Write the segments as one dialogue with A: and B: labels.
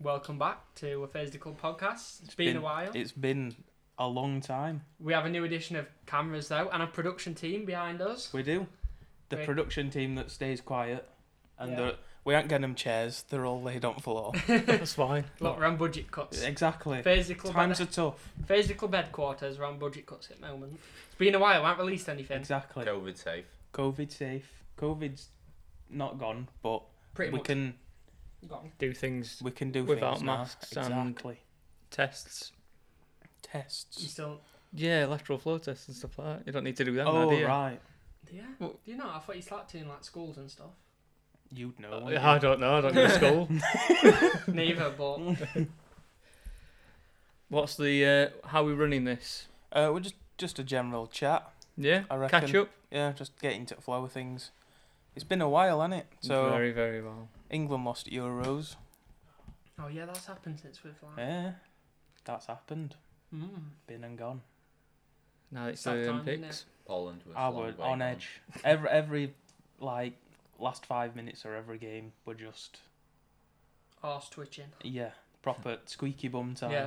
A: Welcome back to a Thursday Club podcast. it's been, a while.
B: It's been a long time.
A: We have a new edition of cameras though, and a production team behind us.
B: We do. The
A: Great.
B: production team that stays quiet, and
A: Yeah.
B: the- we aren't getting them chairs. They're all laid on floor.
C: That's fine.
A: Look, we're on budget cuts.
B: exactly.
A: Thursday Club,
B: Times are tough.
A: Thursday Club headquarters are on budget cuts at the moment. It's been a while. We haven't released anything.
B: Exactly.
D: COVID safe.
B: COVID safe. COVID's not gone, but
A: Pretty
B: we
A: much
B: can
A: gone.
C: Do things,
B: we can do
C: Without
B: things now.
C: masks and-
B: Exactly.
C: tests.
A: You
B: Tests.
A: still?
C: Yeah, lateral flow tests and stuff like that. You don't need to do that,
B: oh
C: now, do you?
B: right,
A: Yeah.
C: Well-
A: Do you know? I thought you slapped in like schools and stuff.
B: you'd know.
C: Uh,
B: wouldn't
C: I
B: you?
C: don't know. I don't go to school.
A: Neither, but
C: What's the uh, how we running this?
B: Uh, we're just just a general chat.
C: Yeah,
B: I reckon.
C: catch up.
B: Yeah, just get into the flow of things. It's been a while, hasn't it? So
C: very very well.
B: England lost at Euros.
A: oh yeah, that's happened since we've like.
B: Yeah, that's happened.
A: Mm.
B: Been and gone.
C: Now it's um, the
A: Sometime, innit?
C: Olympics.
D: Poland was
B: I
D: long
B: would
D: way
B: on
D: gone.
B: edge. Every every like last five minutes or every game were just
A: Arse twitching.
B: yeah proper squeaky bum time.
A: Yeah.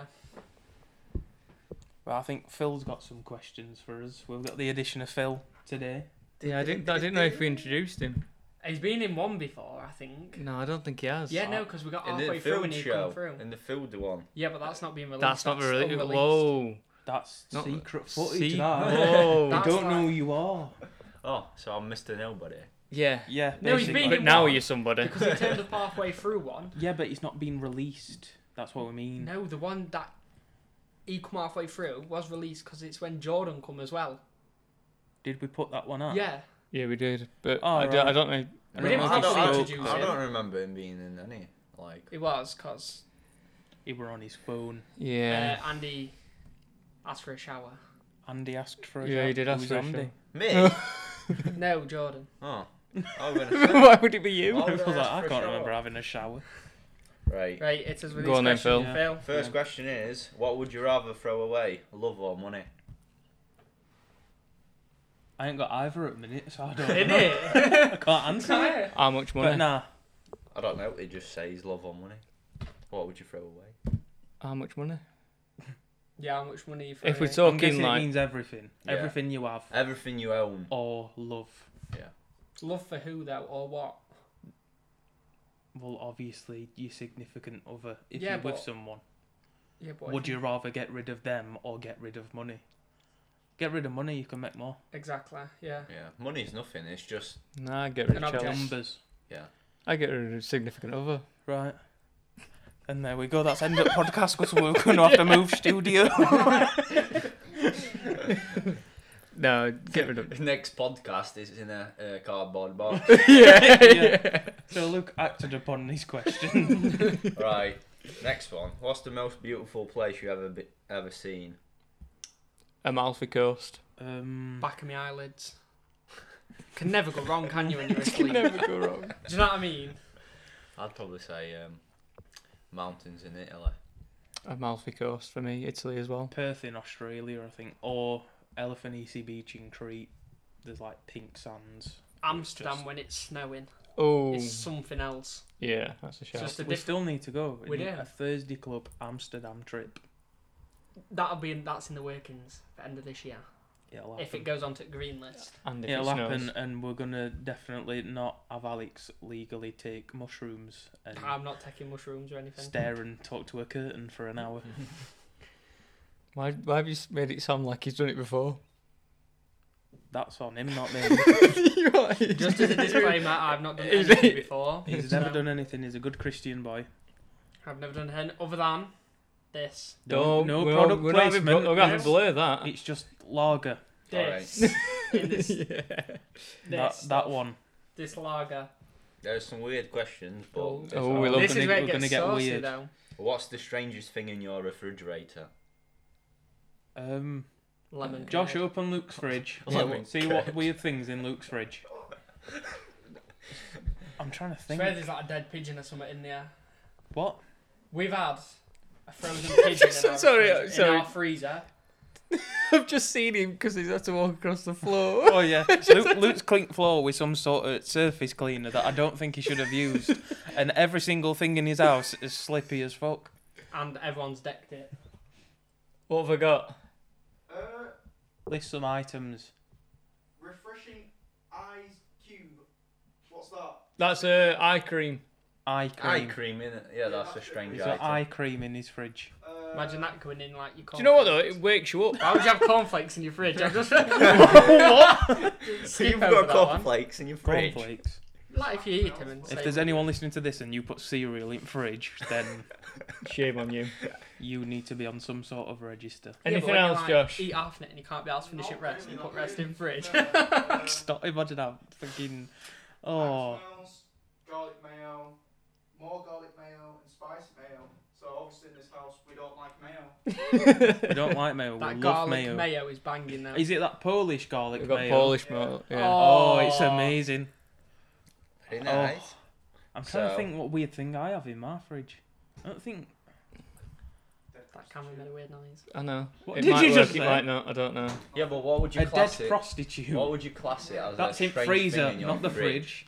B: Well, I think Phil's got some questions for us. We've got the addition of Phil today.
C: Yeah, I didn't. I didn't know if we introduced him.
A: He's been in one before, I think.
C: No, I don't think he has.
A: Yeah, no, because we got
D: In the
A: halfway through
D: field
A: and he come
D: show.
A: through.
D: In the field one.
A: Yeah, but that's not being released.
C: That's not really.
A: unreleased.
C: Whoa,
B: That's
C: Not-
B: secret footage.
C: see,
B: that.
C: whoa.
A: That-
B: We
A: That's
B: don't know who
A: like-
B: you are.
D: Oh, so I'm Mr. Nobody.
C: yeah,
B: Yeah.
A: No, he's
B: basically.
A: been
C: but
A: in
C: now
A: one.
C: you're somebody.
A: Because he turned up halfway through one.
B: Yeah, but he's not been released. That's what we
C: Hmm.
B: mean.
A: No, the one that he come halfway through was released because it's when Jordan come as well.
B: Did we put that one up?
A: Yeah,
C: Yeah, we did, but
B: Oh,
C: I, do,
B: right.
C: I don't know.
B: I
A: We
B: don't
A: didn't
B: know if
D: I
A: have
B: he
D: don't, I,
A: to
B: spoke.
D: don't,
A: introduce
D: I
A: him.
D: don't remember him being in any. Like,
A: it was because
B: He were on his phone.
C: Yeah,
A: uh, Andy asked for a shower.
B: Andy asked
A: Uh,
B: for a
C: yeah, he
B: shout.
C: did
B: Who
C: ask
B: was
C: for a
B: Andy?
C: show.
D: me?
A: no, Jordan.
D: oh. I was gonna say.
C: Why would it be you?
D: Why
B: I
D: would
B: was like,
D: ask
B: I
D: for a
B: can't
D: shower?
B: remember having a shower.
D: Right.
A: Right, it's as
C: Go on then,
A: question,
B: Phil.
A: Phil.
D: First
B: Yeah.
D: question is what would you rather throw away, love or money?
B: I ain't got either at the minute, so I don't
A: In
B: know.
A: it?
B: I can't answer.
A: Yeah.
C: How much money?
B: But nah,
D: I don't know. It just says love or money. What would you throw away?
C: How much money?
A: yeah, how much money for uh,
C: If
A: a-
C: we're
B: I'm guessing
C: talking
B: it
C: like
B: means everything.
D: Yeah.
B: Everything you have
D: Everything you own.
B: or love.
A: love for who though or what?
B: Well, obviously, your significant other. If
A: Yeah,
B: you're with
A: but-
B: someone,
A: Yeah, but
B: would
A: if-
B: you rather get rid of them or get rid of money? Get rid of money, you can make more.
A: exactly? Yeah.
D: Yeah. Money's nothing. It's just.
C: nah, I get rid
A: An
C: of
A: object.
C: Chelsea.
B: Numbers.
C: I get rid of significant other.
B: Right. And there we go. That's end of podcast because we're going to have to move studio.
C: No, get rid of.
D: Next podcast is in a uh, cardboard box.
C: yeah,
B: Yeah. so Luke acted upon his question.
D: right. Next one. What's the most beautiful place you ever be, ever seen?
C: Amalfi Coast. Hmm.
B: Um,
A: Back of my eyelids. Can never go wrong, can you? When you're asleep.
C: go wrong.
A: Do you know what I mean?
D: I'd probably say um, mountains in Italy.
C: Amalfi Coast for me, Italy as well.
B: Perth in Australia, I think, or Elephant EC Beach in Crete. There's like pink sands.
A: Amsterdam
B: Just-
A: when it's snowing.
C: Oh,
A: It's something else.
C: yeah, that's a shout.
A: Just a
B: we
A: diff-
B: still need to go.
A: We
B: need
A: do.
B: a Thursday club Amsterdam trip.
A: that'll be in, that's in the workings at the end of this year.
B: It'll
A: If it
B: happen.
A: goes onto the green list.
C: and if it
B: It'll
C: snows.
B: happen, and we're gonna definitely not have Alex legally take mushrooms and
A: I'm not taking mushrooms or anything.
B: stare and talk to a curtain for an hour.
A: Mm-hmm.
C: Why, why have you s- made it sound like he's done it before?
B: That's on him, not me.
C: You are-
A: Just as a disclaimer, I've not done
C: Is
A: anything
C: it-
A: before.
B: He's
A: so
B: never done anything. He's a good Christian boy.
A: I've never done anything other than this.
C: Don't,
B: no
C: we're not-
B: product
C: we're not even-
B: placement.
C: We're going to
A: Yes.
C: blur that.
B: It's just lager.
D: Alright.
A: This. In this,
C: yeah.
B: That,
A: this,
B: that one.
A: this lager.
D: There's some weird questions, but
A: Oh.
D: it's
C: Oh,
D: all-
C: we love-
A: this
B: gonna-
A: is where
B: we're
A: it
B: gonna
A: gets
B: get
A: saucy
B: weird.
A: though.
D: What's the strangest thing in your refrigerator?
B: Um,
A: Lemon.
B: Josh,
A: curd.
B: open Luke's fridge.
D: Yeah, well,
B: See what weird things in Luke's fridge. I'm trying to
A: I
B: think.
A: swear there's like a dead pigeon or something in there.
B: What?
A: We've had a frozen pigeon in, our
C: Sorry,
A: freezer, in
C: sorry.
A: our freezer
C: I've just seen him because he's had to walk across the floor.
B: Oh yeah, So Luke, Luke's cleaned floor with some sort of surface cleaner that I don't think he should have used, and every single thing in his house is slippy as fuck.
A: and everyone's decked it.
C: What have I got?
E: Uh,
B: List some items.
E: refreshing eyes cube. What's that?
C: That's uh, eye cream.
B: Eye
D: Eye
B: cream.
D: cream, innit? Yeah, that's a strange
B: He's
D: item.
B: got eye cream in his fridge.
E: Uh,
A: Imagine that going in like you.
C: Do you know what though? It wakes you up.
A: Why would you have cornflakes in your fridge? I'm just
D: So
A: Skip
D: you've
A: over
D: got
A: that one.
D: cornflakes in your fridge.
B: Cornflakes.
A: Like if you eat them and
B: If
A: say-
B: there's anyone listening to this and you put cereal in fridge, then
C: Shame on you.
B: you need to be on some sort of register.
A: Yeah, but
C: Anything
A: when you,
C: else,
A: like,
C: Josh?
A: Eat half of it and you can't be able to finish
E: No,
A: it rest
E: really
A: and
E: not
A: put rest
E: really.
A: in fridge.
E: No, uh,
B: Stop. Imagine that. Fucking. Oh.
E: Maxwell's, garlic mayo, more garlic mayo, and spicy mayo. So obviously in this house we don't like mayo.
B: We don't like mayo.
A: that
B: we love
A: garlic
B: mayo.
A: mayo. is banging now.
B: Is it that Polish garlic
C: We've got
B: mayo?
C: Polish mayo. Yeah.
B: Oh, it's amazing.
D: Very
B: Oh.
D: nice.
B: I'm trying to
D: So-
B: think what weird thing I have in my fridge. I don't think.
A: That camera made a weird noise.
C: I know.
B: What
C: it
B: did
C: might
B: you
C: work,
B: just
C: it
B: say?
C: might not. I don't know.
D: Yeah, but what would you
B: a dead
D: class it?
B: prostitute.
D: What would you class it as? a
B: That's in
D: strange
B: freezer,
D: thing in your
B: not the fridge.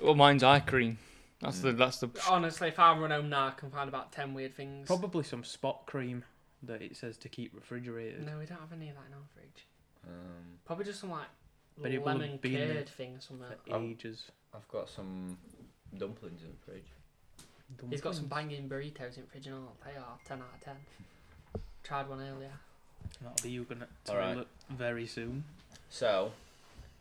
C: Well, mine's eye cream. That's the that's the.
A: Honestly, if I run home now, I can find about 10 weird things.
B: Probably some spot cream that it says to keep refrigerated.
A: No, we don't have any of that in our fridge.
D: Um,
A: Probably just some like
B: But it will have
A: lemon
B: been there.
A: curd thing or something.
B: For
C: Oh.
D: Um,
B: ages.
D: I've got some dumplings in the fridge.
A: He's got some
B: Dumplings.
A: banging burritos in the fridge and all. They are 10 out of 10. Tried one earlier.
B: That'll be you gonna
D: Alright.
B: toilet very soon.
D: So,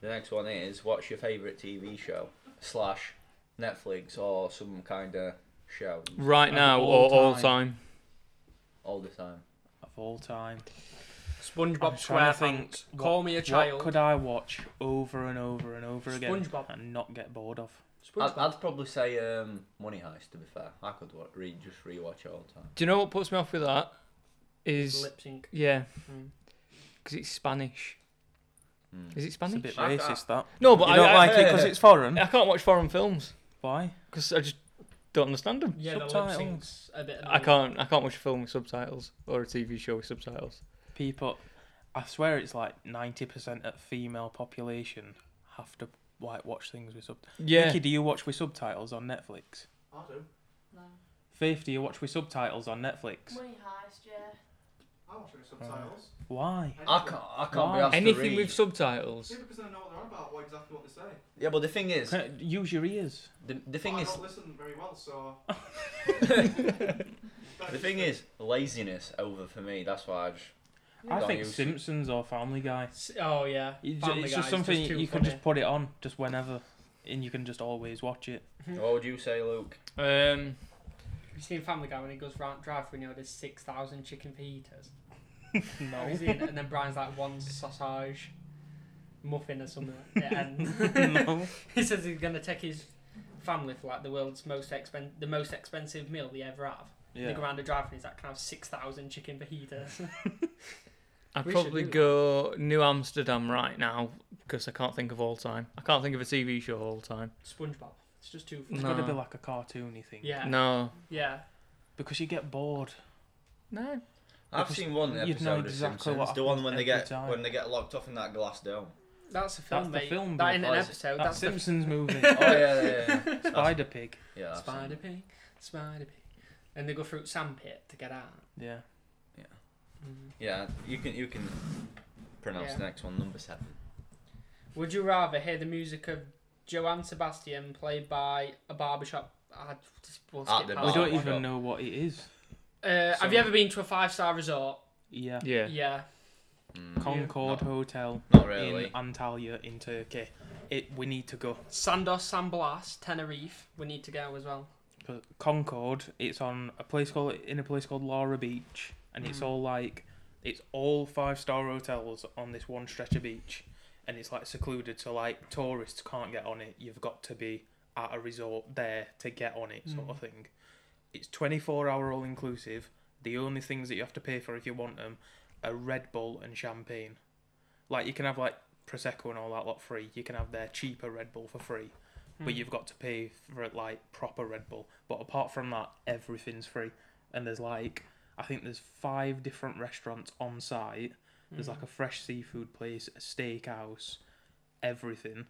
D: the next one is what's your favourite TV show slash Netflix or some kind of show
C: Right
B: Of
C: now
B: all
C: or all
B: time.
C: time.
D: all the time?
B: Of all time.
A: SpongeBob
B: I'm trying to think
A: SquarePants.
B: what-
A: Call me a child.
B: What could I watch over and over and over again
A: SpongeBob.
B: and not get bored of?
D: I'd,
A: SpongeBob.
D: I'd probably say um, Money Heist. To be fair, I could wa- re- just rewatch it all the time.
C: Do you know what puts me off with that? Is
A: Lip sync.
C: yeah,
B: Hmm.
A: Mm.
C: because it's Spanish.
D: Mm.
C: Is it
B: It's a
C: Spanish?
B: bit
D: I've-
B: racist that.
C: No, but
B: you
C: I
B: don't
C: I,
B: like it
D: heard
B: because
D: it.
B: it's foreign.
C: I can't watch foreign films
B: Why?
C: because I just don't understand them.
A: Yeah, the lip
B: Subtitles.
A: sync's a bit.
C: I
A: Annoying.
C: can't. I can't watch a film with subtitles or a TV show with subtitles.
B: people i swear it's like 90% of female population have to like watch things with subtitles
C: Yeah.
B: Mickey, do you watch with subtitles on netflix
E: I do.
F: No.
B: faith do you watch with subtitles on netflix
F: Money heist, yeah.
E: I watch it with subtitles.
B: why
D: I can't. I can't
B: Why?
D: be asked to
C: Anything
D: read.
C: with subtitles.
E: Yeah, because I know what they're on about, what exactly what they say.
D: Yeah, but the thing is,
B: Uh, use your ears
D: the, the
E: But
D: thing
E: I
D: is,
E: don't listen very well, so.
D: the thing is, laziness over for me. That's why I just.
B: i
D: Don't
B: think
D: use-
B: simpsons or family guy
A: S- Oh yeah.
B: it's,
A: Family
B: it's
A: Guy's
B: just something
A: too
B: you can
A: funny.
B: just put it on just whenever and you can just always watch it
D: What would you say, Luke?
C: Um.
A: Have you seen Family Guy when he goes round drive through and you know, there's 6,000 chicken fajitas? Have
B: no
A: you seen it? And then Brian's like one sausage muffin or something. And
B: no
A: he says he's going to take his family for like the world's most expen- the most expensive meal they ever have. They go
B: yeah
A: round the drive and he's like, can I have 6,000 chicken fajitas?
C: I'd
A: We should
C: probably
A: do that.
C: go New Amsterdam right now because I can't think of all time. I can't think of a TV show all time.
A: SpongeBob. It's just too funny.
B: it's
C: No.
B: got to be like a cartoony thing
A: Yeah.
C: No.
A: Yeah.
B: because you get bored
C: No.
D: I've
B: Because
D: seen one
B: you'd
D: episode
B: know
D: of
B: exactly
D: Simpsons.
B: what
D: the one
B: happens
D: when they
B: every
D: get
B: time.
D: when they get locked off in that glass dome.
A: That's a film,
B: That's the
A: mate. That
B: film, Bob,
A: ain't an
D: that is-
A: episode.
B: that
A: Oh, That's, the
B: simpsons movie
D: Oh yeah, yeah, yeah.
B: spider pig
D: yeah I've seen
A: Spider
D: it.
A: Pig, Spider Pig. And they go through sandpit to get out. Mm.
B: yeah
D: Yeah, you can you can pronounce
A: Yeah.
D: the next one number seven.
A: Would you rather hear the music of Joanne Sebastian played by a barbershop? I just will
D: At
A: skip
D: the
A: past
D: bar.
B: We
D: Oh,
B: don't
A: that one.
B: even
D: God.
B: know what it is.
A: Uh, have
D: Sorry.
A: you ever been to a five star resort?
B: Yeah.
C: Yeah.
A: Yeah.
D: Mm,
B: Concord
D: No.
B: Hotel
D: not really.
B: in Antalya in Turkey. It we need to go.
A: Sandos, San Blas, Tenerife. We need to go as well.
B: 'Cause Concord, it's on a place called in a place called Laura Beach and it's
A: Mhm.
B: all like it's all five star hotels on this one stretch of beach and it's like secluded so like tourists can't get on it. You've got to be at a resort there to get on it sort of thing. It's 24 hour all inclusive. The only things that you have to pay for if you want them are Red Bull and champagne. Like you can have like Prosecco and all that lot free. You can have their cheaper Red Bull for free,
A: Hmm.
B: but you've got to pay for like proper Red Bull. But apart from that, everything's free. And there's like I think there's five different restaurants on site There's like a fresh seafood place, a steakhouse, everything.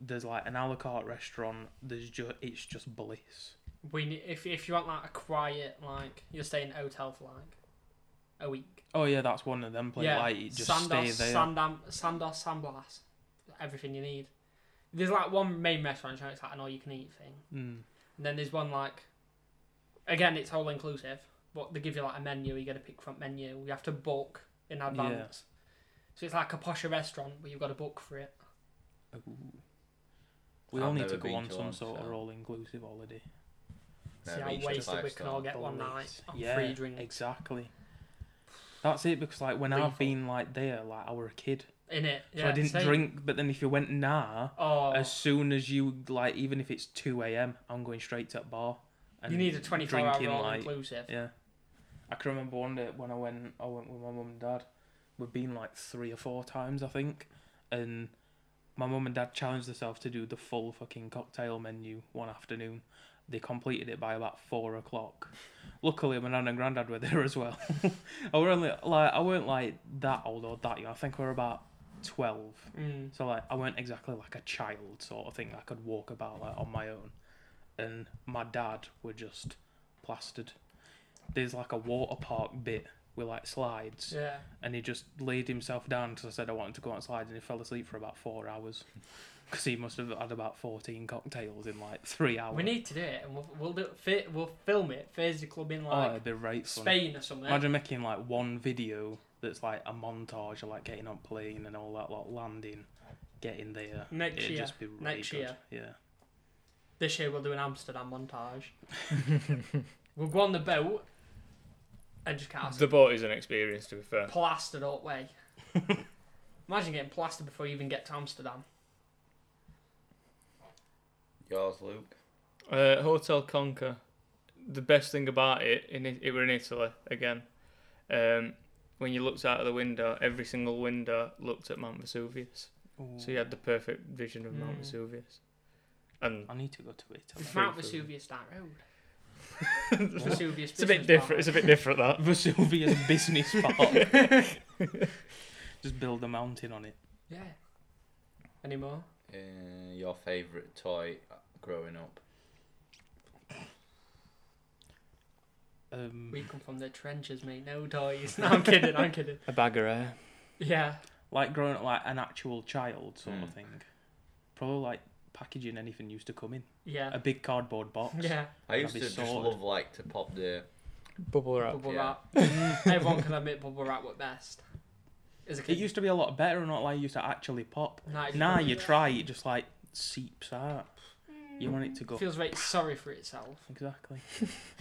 B: There's like an a la carte restaurant. There's just it's just bliss.
A: Hmm. We ne- if if you want like a quiet like you're staying at a hotel for like a week.
B: Oh yeah, that's one of them. Play
A: yeah,
B: like you just
A: Sandos,
B: stay there.
A: Sandam, Sandos, San Blas, everything you need. There's like one main restaurant, so it's like an all you can eat thing.
B: Mm.
A: And then there's one like, again, it's all inclusive, but they give you like a menu. You get to pick from menu. You have to book in advance. So it's like a posher restaurant, but you've got to book for it.
B: Ooh. We
D: I've
B: all need
D: never
B: to go
D: been
B: on
D: to
B: some
D: one,
B: sort of
D: so-
B: all inclusive holiday.
D: No,
A: See how
D: Michelin
A: wasted we
D: five
A: can
D: star.
A: all get one
B: Believe.
A: night on
B: yeah,
A: free drinks
B: Exactly. That's it because like when I've
A: Lethal.
B: been like there, like I were a kid,
A: in it.
B: so
A: Yeah,
B: I didn't
A: same.
B: drink. But then if you went nah,
A: Oh,
B: as soon as you like, even if it's two a.m., I'm going straight to a bar.
A: you need a 24 hour all inclusive.
B: Yeah, I can remember one day when I went, I went with my mum and dad. We've been like three or four times, I think, and my mum and dad challenged themselves to do the full fucking cocktail menu one afternoon. They completed it by about four o'clock. Luckily, my nan and granddad were there as well. I were only like I weren't like that old or that young. I think we were about twelve.
A: Mm.
B: So like I weren't exactly like a child sort of thing. I could walk about like on my own, and my dad were just plastered. There's like a water park bit with like slides,
A: Yeah.
B: and he just laid himself down because I said I wanted to go on slides, and he fell asleep for about four hours because he must have had about fourteen cocktails in like three hours.
A: We need to do it, and we'll we'll do it, fi- we'll film it. Thursday club in
B: oh,
A: like
B: it'd be right fun.
A: Spain or something.
B: Imagine making like one video that's like a montage of like getting on plane and all that, like landing, getting there.
A: Next
B: It'd
A: year.
B: just be really
A: Next
B: good.
A: year.
B: Yeah.
A: This year we'll do an Amsterdam montage. we'll go on the boat and just cast
C: The boat is an experience, to be fair.
A: plastered up way. Imagine getting plastered before you even get to Amsterdam.
D: Yours, Luke.
C: Uh, Hotel Conquer. The best thing about it, in it, it were in Italy again. Um, when you looked out of the window, every single window looked at Mount Vesuvius. So you had the perfect vision of Mount
A: Mm.
C: Vesuvius. And
B: I need to go to Italy.
C: Free
A: Mount
C: food.
A: Vesuvius Dyke Road.
C: it's
A: Vesuvius.
C: a
A: Business
C: bit different.
A: Park.
C: It's a bit different that.
B: Vesuvius Business Park. Just build a mountain on it.
A: Yeah. Any more?
D: Uh, your favourite toy growing up?
B: Um,
A: We come from the trenches, mate. No toys. No, I'm kidding. I'm kidding.
C: A bag of
A: eh?
C: air.
A: Yeah.
B: like growing up like an actual child sort of
D: Hmm.
B: thing. Probably like packaging anything used to come in.
A: Yeah.
B: A big cardboard box.
A: Yeah.
D: I
B: That'd
D: used
B: be
D: to just
B: sorted.
D: love like to pop the
C: Bubble wrap.
A: Bubble
D: yeah.
A: wrap. Everyone can admit bubble wrap was best. As a
B: It
A: kid.
B: used to be a lot better and not like it used to actually pop.
A: Nah, it's-
B: Now you try it just like seeps out. You want it to go
A: Hmm. feels very sorry for itself.
B: Exactly.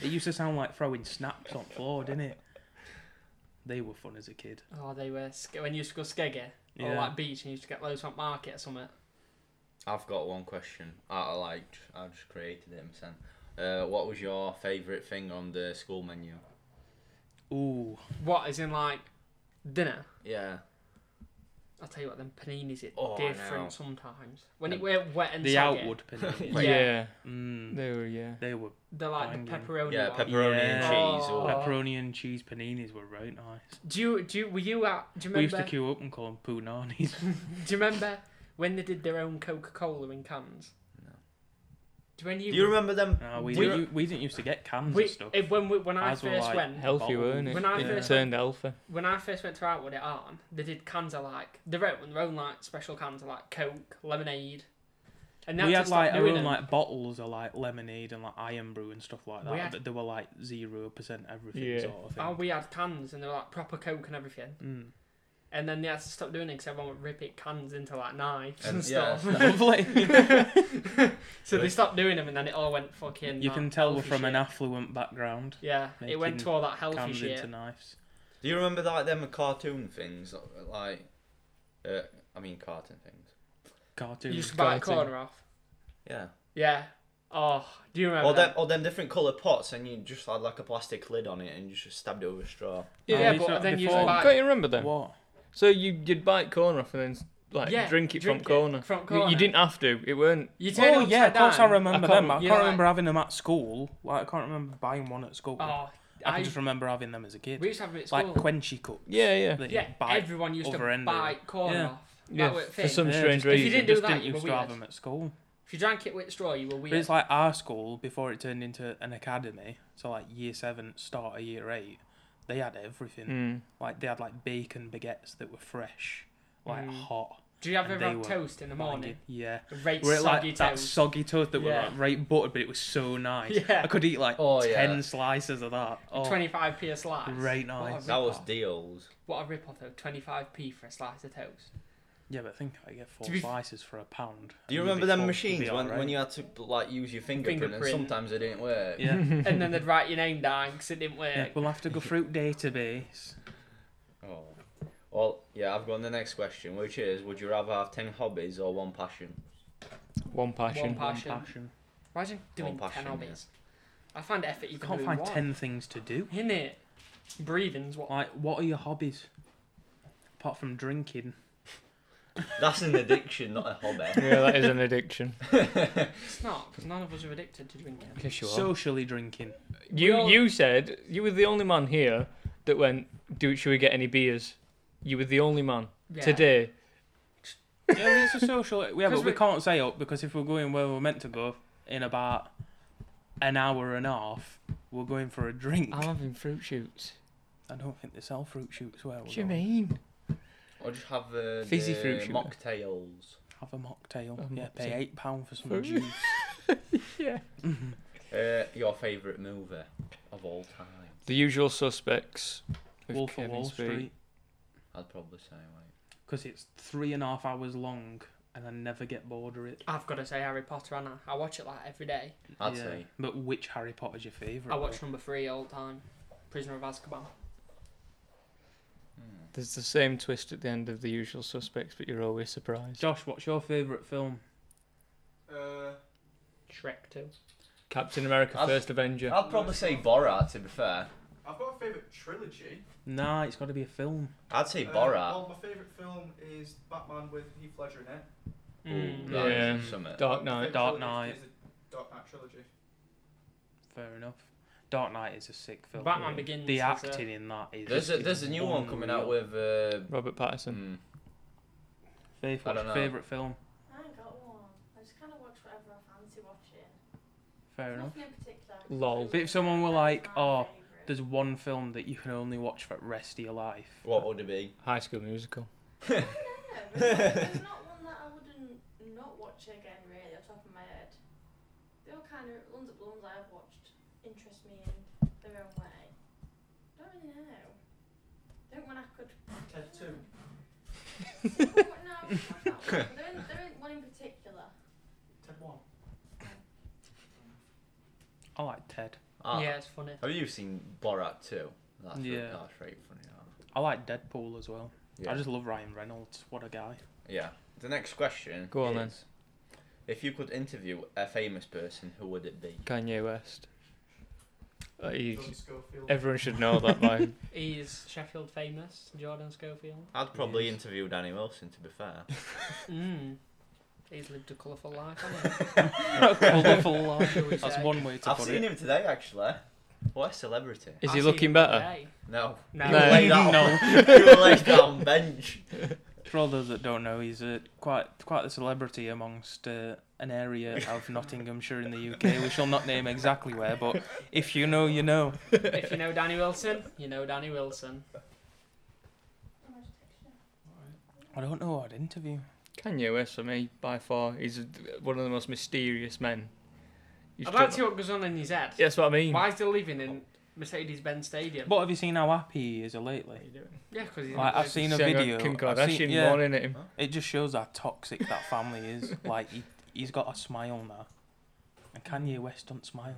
B: it used to sound like throwing snaps on floor, didn't it? They were fun as a kid.
A: Oh, they were sca- when you used to go skeggy or
B: Yeah.
A: like beach and you used to get loads from market or something.
D: I've got one question. I, I like I just created it. I'm saying. Uh, what was your favourite thing on the school menu?
B: Ooh,
A: What is in like dinner?
D: Yeah.
A: I'll tell you what, them paninis are
D: Oh, I know.
A: different sometimes. When it were wet and
B: the
A: soggy,
B: outward panini.
C: Yeah.
A: Yeah.
B: mm,
C: They were, yeah.
B: they were
A: they're like the
B: Banging.
A: pepperoni.
D: yeah,
A: one.
D: pepperoni and
B: Yeah.
D: cheese.
A: Oh.
D: Or,
B: pepperoni and cheese paninis were right nice.
A: do you do you, were you at? Do you
B: We used
A: remember?
B: to queue up and call them punanis.
A: do you remember when they did their own Coca Cola in cans?
D: No.
A: Do when
D: do
A: you?
D: you remember them?
B: no, we,
A: We-
B: didn't, u- we didn't used to get cans
A: we,
B: of stuff.
A: it- when we, when I
B: Ours were
A: first
B: like-
A: went,
C: Healthy,
B: Bottle.
C: weren't it?
A: When I
C: it
A: first-
C: turned healthy.
A: when I first went to Outwood at Arn, they did cans of like their own, their own like special cans of like Coke, lemonade, and they
B: we
A: to
B: had
A: stop
B: like our
A: doing
B: own
A: them.
B: like bottles of like lemonade and like iron brew and stuff like that.
A: We had-
B: that they were like zero percent everything
C: Yeah.
B: sort of thing.
A: Oh, we had cans and they were like proper Coke and everything,
B: Mm.
A: and then they had to stop doing it because everyone would rip it cans into like knives and,
D: And- yeah.
A: stuff.
B: Lovely.
A: so they stopped doing them, and then it all went fucking.
B: you
A: like,
B: can tell we're
A: healthy
B: from
A: shit.
B: an affluent background.
A: Yeah, it went
B: making
A: to all that healthy
B: Cans
A: shit.
B: into knives.
D: Do you remember like them cartoon things? Like, uh, I mean cartoon things.
A: You
B: Cartoons.
A: used to buy a
C: Cartoon.
A: corner off.
D: Yeah.
A: Yeah. Oh, do you remember?
D: Or them,
A: that?
D: or them different colour pots, and you just had like a plastic lid on it, and you just stabbed it with a straw.
A: Yeah,
B: Oh, we
A: but
B: saw it
A: then you used
B: before.
A: to
B: Like-
C: Can't
A: buy.
C: you remember them?
B: What?
C: So you, you'd bite corner off and then like
A: Yeah,
C: drink it
A: drink
C: from corner.
A: from
C: You- You,
A: corner.
C: didn't have to. It weren't.
A: You turn
B: Oh
A: it
B: yeah, of
A: upside
B: course I
A: down.
B: remember
C: I can't-
B: them. I
A: you
B: can't
A: know,
B: remember having them at school. Like I can't remember buying one at school.
A: Oh,
B: I can
A: I-
B: just remember having them as a kid.
A: We used to have them at school.
B: Like quenchy cups.
C: Yeah, yeah.
B: that you
A: yeah,
B: bite.
A: everyone used
B: other
A: to
B: end of it.
A: bite corner
B: Yeah.
A: off. That
C: Yeah,
A: were
C: for
A: thing.
C: some
B: Yeah,
C: strange
B: just-
A: If you
C: reason.
A: didn't do
B: just
A: that,
B: didn't
A: you were
B: used to have
A: weird.
B: them at school.
A: If you drank it with straw, you were
B: But
A: weird.
B: it's like our school before it turned into an academy. So like year seven, start of year eight, they had everything.
C: Mm.
B: Like they had like bacon baguettes that were fresh, like
A: Mm.
B: hot.
A: Do you ever
B: and
A: have
B: they were
A: toast in the morning?
B: Like, yeah.
A: A Right
B: Were it like
A: soggy
B: that
A: toast.
B: soggy toast that
A: Yeah.
B: were like right buttered, but it was so nice.
A: Yeah.
B: I could eat like
G: Oh,
B: ten
G: yeah.
B: slices of that. Oh,
A: 25p a slice.
B: right
A: What a
B: nice.
G: That was
A: rip-off.
G: deals.
A: What a rip off though. 25p for a slice of toast.
B: Yeah, but I think I get four
A: To be f-
B: slices for a pound.
G: Do you
B: and you'll
G: remember
B: be
G: them
B: full, you'll
G: machines
B: be
G: when,
B: alright.
G: when you had to like use your fingerprint, and
A: Fingerprint.
G: sometimes it didn't work?
C: Hmm.
B: Yeah.
A: and then they'd write your name down because it didn't work.
B: yeah, we'll have to go through database.
G: Oh. Well, yeah, I've got the next question, which is would you rather have 10 hobbies or one passion?
C: One passion.
A: One Passion.
B: Passion.
A: Imagine doing
G: passion,
A: 10 hobbies. I find it effort
B: You
A: you
B: can't find ten things to do.
A: In it. Breathing's what.
B: Like, what are your hobbies? Apart from drinking.
G: That's an addiction, not a hobby.
C: yeah, that is an addiction.
A: It's not because none of us are addicted to drinking.
C: Yes, you are.
B: Socially drinking.
C: you
A: all-
C: you said you were the only man here that went. Do should we get any beers? You were the only man
A: Yeah.
C: today.
B: yeah, but it's a social. Yeah, but
A: 'Cause
B: we
A: we-
B: can't say up because if we're going where we're meant to go in about an hour and a half, we're going for a drink.
C: I'm having fruit shoots.
B: I don't think they sell fruit shoots where
C: What
B: we're
C: do you
B: going.
C: mean?
G: or just have uh,
C: Fizzy
G: the
C: fruit shooter.
G: mocktails.
B: Have a mocktail.
C: A
B: yeah, pay
C: mocktail.
B: eight pound for some
C: Fruit
B: juice.
G: Uh, your favourite movie of all time?
C: The usual suspects. with
B: Wolf of
C: Kevin
B: Wall
C: Spacey.
B: Street.
G: I'd probably say, wait.
B: Because it's three and a half hours long, and I never get bored of it.
A: I've got to say Harry Potter, and I, I watch it like every day.
G: I'd
B: Yeah.
G: say.
B: But which Harry Potter's your favourite?
A: I watch number three all the time. Prisoner of Azkaban.
G: hmm.
C: There's the same twist at the end of The Usual Suspects, but you're always surprised.
B: Josh, what's your favourite film?
E: Uh,
A: Shrek too.
C: Captain America:
G: I've-
C: First Avenger.
G: I'd probably say Borat, to be fair.
E: I've got a favourite trilogy.
B: Nah, it's got to be a film.
G: I'd say
E: Uh,
G: Borat.
E: well, my favourite film is Batman with Heath Ledger in it.
G: Ooh,
A: Mm.
G: that is
C: Yeah.
G: something.
C: Dark
E: My
C: Knight.
E: favourite
B: Dark
E: trilogy
B: Knight.
E: Is the Dark Knight trilogy.
B: Fair enough. Dark Knight is a sick film.
A: Batman Begins.
B: the
A: is uh, a-
B: acting in that is.
G: There's a, there's a new one coming out with. Uh,
C: Robert Patterson.
G: mm,
B: Faith, what's
G: I don't
B: your
G: know.
B: favourite film?
F: I ain't got one. I just kind of watch whatever I fancy watching.
B: Fair enough.
F: Nothing in particular.
C: Lol.
B: But if someone were like,
F: That's my
B: oh,
F: favourite.
B: there's one film that you can only watch for the rest of your life.
G: what would it be?
C: High School Musical.
F: No, there's not one that I wouldn't not watch again, really, off the top of my head. They all kind of, ones that the ones I've watched interest me in their own way. don't really know. don't one I could.
E: Ted Two.
F: no, I wouldn't watch that one. There ain't, there ain't one in particular.
E: Ted One.
B: I like Ted.
G: Ah,
A: Yeah, it's funny.
G: Have you seen Borat too? That's re-
B: Yeah.
G: that's right funny. that.
B: I like Deadpool as well.
G: Yeah.
B: I just love Ryan Reynolds. What a guy.
G: yeah. The next question.
C: Go on then.
G: is, If you could interview a famous person, who would it be?
C: Kanye West. Uh, he-
E: Jordan Schofield.
C: everyone should know that by.
A: He's Sheffield famous. Jordan Schofield.
G: I'd probably
B: Yes.
G: interview Danny Wilson. To be fair,
A: Mm. He's lived a colourful life, hasn't he?
B: Colourful life.
A: Shall we
B: That's
A: say?
B: one way to
G: I've
B: put it.
G: seen him today actually. What a celebrity!
C: Is
A: I
C: he
A: see
C: looking
A: him
C: better?
A: today.
G: No,
A: No.
G: He
C: No.
G: was laid out. he was laid out on bench.
B: For all those that don't know, he's a, quite quite a celebrity amongst uh, an area of Nottinghamshire in the UK. We shall not name exactly where, but if you know, you know.
A: if you know Danny Wilson, you know Danny Wilson.
F: I'm just texting.
B: I don't know what interview.
C: Kanye West for me, by far, he's one of the most mysterious men.
A: I'd
C: You just
A: like
C: don't
A: to see what goes on in his head.
C: know- That's what I mean.
A: Why is he living in Mercedes Benz Stadium?
B: But have you seen how happy he is lately?
A: Yeah, because he's.
B: Like, I've seen a video.
C: Kim
B: I've
C: Kardashian
B: seen- yeah,
C: warning at him.
B: It just shows how toxic that family is. Like he, he's got a smile now, and Kanye West don't smile.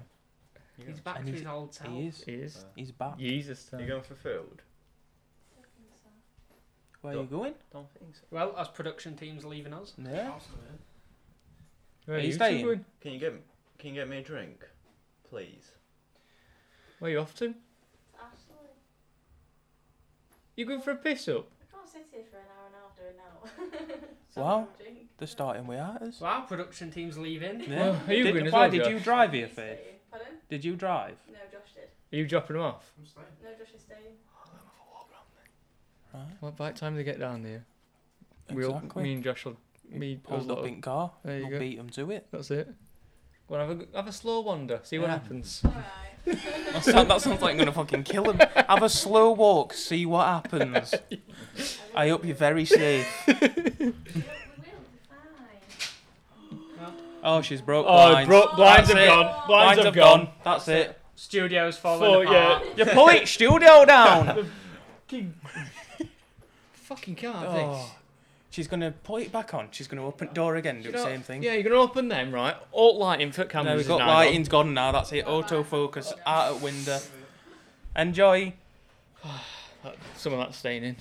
A: He's back
B: And
A: to
B: he's-
A: his old self.
B: He is.
C: He is.
B: He's back.
C: Jesus
G: Uh, You going for food?
B: Where are you going?
G: Don't think so.
A: Well, as production team's leaving us.
B: Yeah.
E: Absolutely.
C: Where are
B: He's
C: you two
B: staying.
C: going?
G: Can you get Can you get me a drink, please?
C: Where are you off to?
F: Ashley.
C: You going for a piss up?
F: I can't sit here for an hour and a half doing that one.
B: Well,
F: Someone drink.
B: They're starting with ours.
A: Well, our production team's leaving.
B: Yeah.
C: Well, are you
B: Did-
C: going as
B: why
C: well,
B: did
C: Josh?
B: you drive here, Faith?
F: Pardon?
B: Did you drive?
F: No, Josh did.
C: Are you dropping them off?
E: I'm staying.
F: No, Josh is staying.
B: Oh, Right.
C: What by the time they get down there? We'll,
B: Exactly.
C: me and Josh will. Me, us
B: Hold up
C: lot-
B: in car.
C: There you
B: we'll
C: go.
B: beat them to it.
C: That's it. Go on, have a have a slow wander. See what
B: Yeah.
C: happens.
F: Alright.
B: That sound- that sounds like I'm gonna fucking kill them. Have a slow walk, see what happens. I hope you're very safe.
F: We will be fine.
B: Oh, she's broke
C: Oh,
B: blinds.
C: bro- blinds
B: That's
C: have
B: it.
C: gone. Blinds
B: Blinds
C: have gone.
B: That's it.
A: Studio's falling
C: Fuck
A: apart.
C: yeah.
B: You pull it studio down.
C: Fucking can't
B: Oh, she's gonna put it back on. She's gonna open door again and do
C: You
B: the
C: know-
B: same thing.
C: Yeah, you're gonna open them, right? All lighting for cameras.
B: No, we've
C: is
B: got
C: now
B: lighting's gone now. That's it. Autofocus out at window. Enjoy.
C: gone. Some of that's staying in.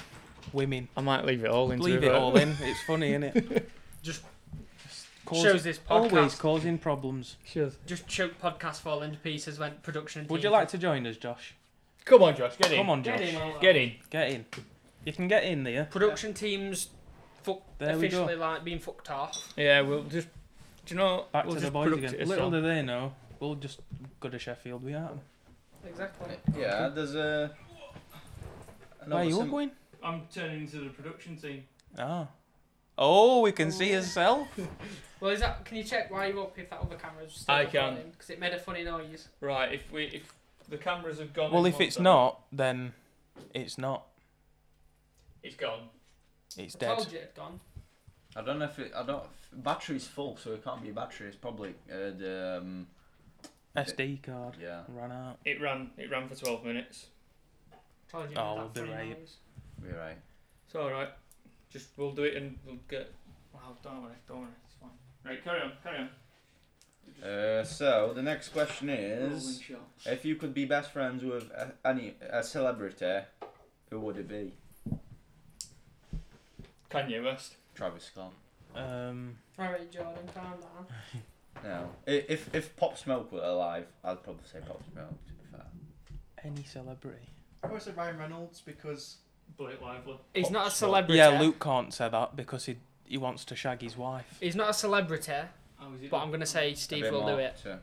B: Women.
C: I might leave it all in. to
B: Leave
C: be
B: it
C: fair.
B: all in. It's funny, isn't it?
A: Just
B: Cause-
A: shows this podcast.
B: always causing problems.
C: Sure.
A: Just choke podcast fall into pieces when production.
B: Would you
A: team-
B: like to join us, Josh?
C: Come on, Josh. Get in.
B: Come on, Josh.
A: Get in, all right.
C: Get in.
B: Get in. You can get in there.
A: Production teams fuck,
B: There we go.
A: officially like being fucked off.
C: Yeah, we'll just. Do you know?
B: Back
C: we'll
B: to
C: just
B: the boys
C: product
B: again.
C: it as
B: Little
C: well.
B: do they know, we'll just go to Sheffield. We are.
A: Exactly.
G: Yeah, there's
B: Where
G: a. another
B: you all
G: sim-
B: going?
C: I'm turning into the production team.
B: Ah. Oh, we can see yourself.
A: Well, is that? Can you check why you up if that other camera's still
C: I can.
A: Because it made a funny noise.
C: Right. If we if the cameras have gone.
B: Well,
C: in
B: if
C: one
B: it's
C: side,
B: not, then it's not.
C: it's gone.
B: It's
A: I
B: dead.
A: told you it'd gone.
G: I don't know if it. I don't. Battery's full, so it can't be battery. It's probably. Uh, the, um,
B: SD card
G: yeah,
B: ran out.
C: It ran. It ran for twelve minutes.
A: Told you.
B: Oh,
A: that
B: the
A: funny
B: rape.
A: noise.
G: be right.
C: It's all right. Just we'll do it and we'll get. Wow, don't worry, don't worry, it's fine. Right, carry on, carry on.
G: Uh, so the next question
C: Rolling
G: is:
C: shot.
G: If you could be best friends with a, any a celebrity, who would it be?
C: Kanye West.
G: Travis Scott.
B: Um,
A: All right, Jordan, calm down.
G: No. I- If if Pop Smoke were alive, I'd probably say Pop Smoke. To be fair.
B: any celebrity.
E: I would say Ryan Reynolds because
C: Blake Lively.
A: He's not a celebrity.
B: Yeah, Luke can't say that because he he wants to shag his wife.
A: He's not a celebrity,
C: Oh, is it?
A: but I'm gonna say
G: A
A: Steve
G: bit
A: will do
G: more
A: it.
G: to-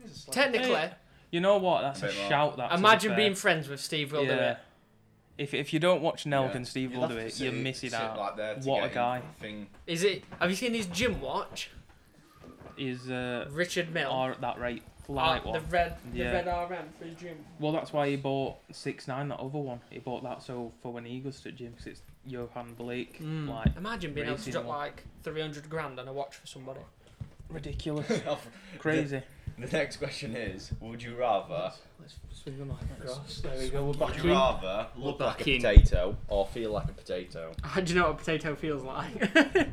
E: he's a slut.
A: Technically,
B: Hey, You know what? That's a
G: Bit more.
B: shout. That to be
A: imagine
B: fair.
A: being friends with Steve will do
B: Yeah.
A: it.
B: If if you don't watch Nelk
G: Yeah.
B: and Steve
G: You'd
B: will
G: have
B: do
G: to
B: it,
G: sit-
B: you miss it
G: sit
B: out.
G: like there to
B: What
G: get
B: a
G: in
B: guy.
G: Thing.
A: Is it? Have you seen his gym watch?
B: Is uh,
A: Richard Mill.
B: or at that rate
A: Uh,
B: flight
A: the
B: Oh, one.
A: red,
B: Yeah.
A: the red RM for his gym.
B: Well, that's why he bought six nine. That other one, he bought that so for when he goes to gym 'cause it's Johan Blake.
A: Mm.
B: Mm. Like
A: Imagine being able to
B: Racing
A: drop
B: one.
A: like 300 grand on a watch for somebody.
B: ridiculous,
G: Crazy.
B: crazy.
G: The, next question is: Would you rather?
C: Let's swing the mic across.
A: There we go. We're
G: Would you rather look
C: We're
G: like
C: back
G: a
C: in.
G: potato or feel like a potato?
A: How do you know what a potato feels like?
B: I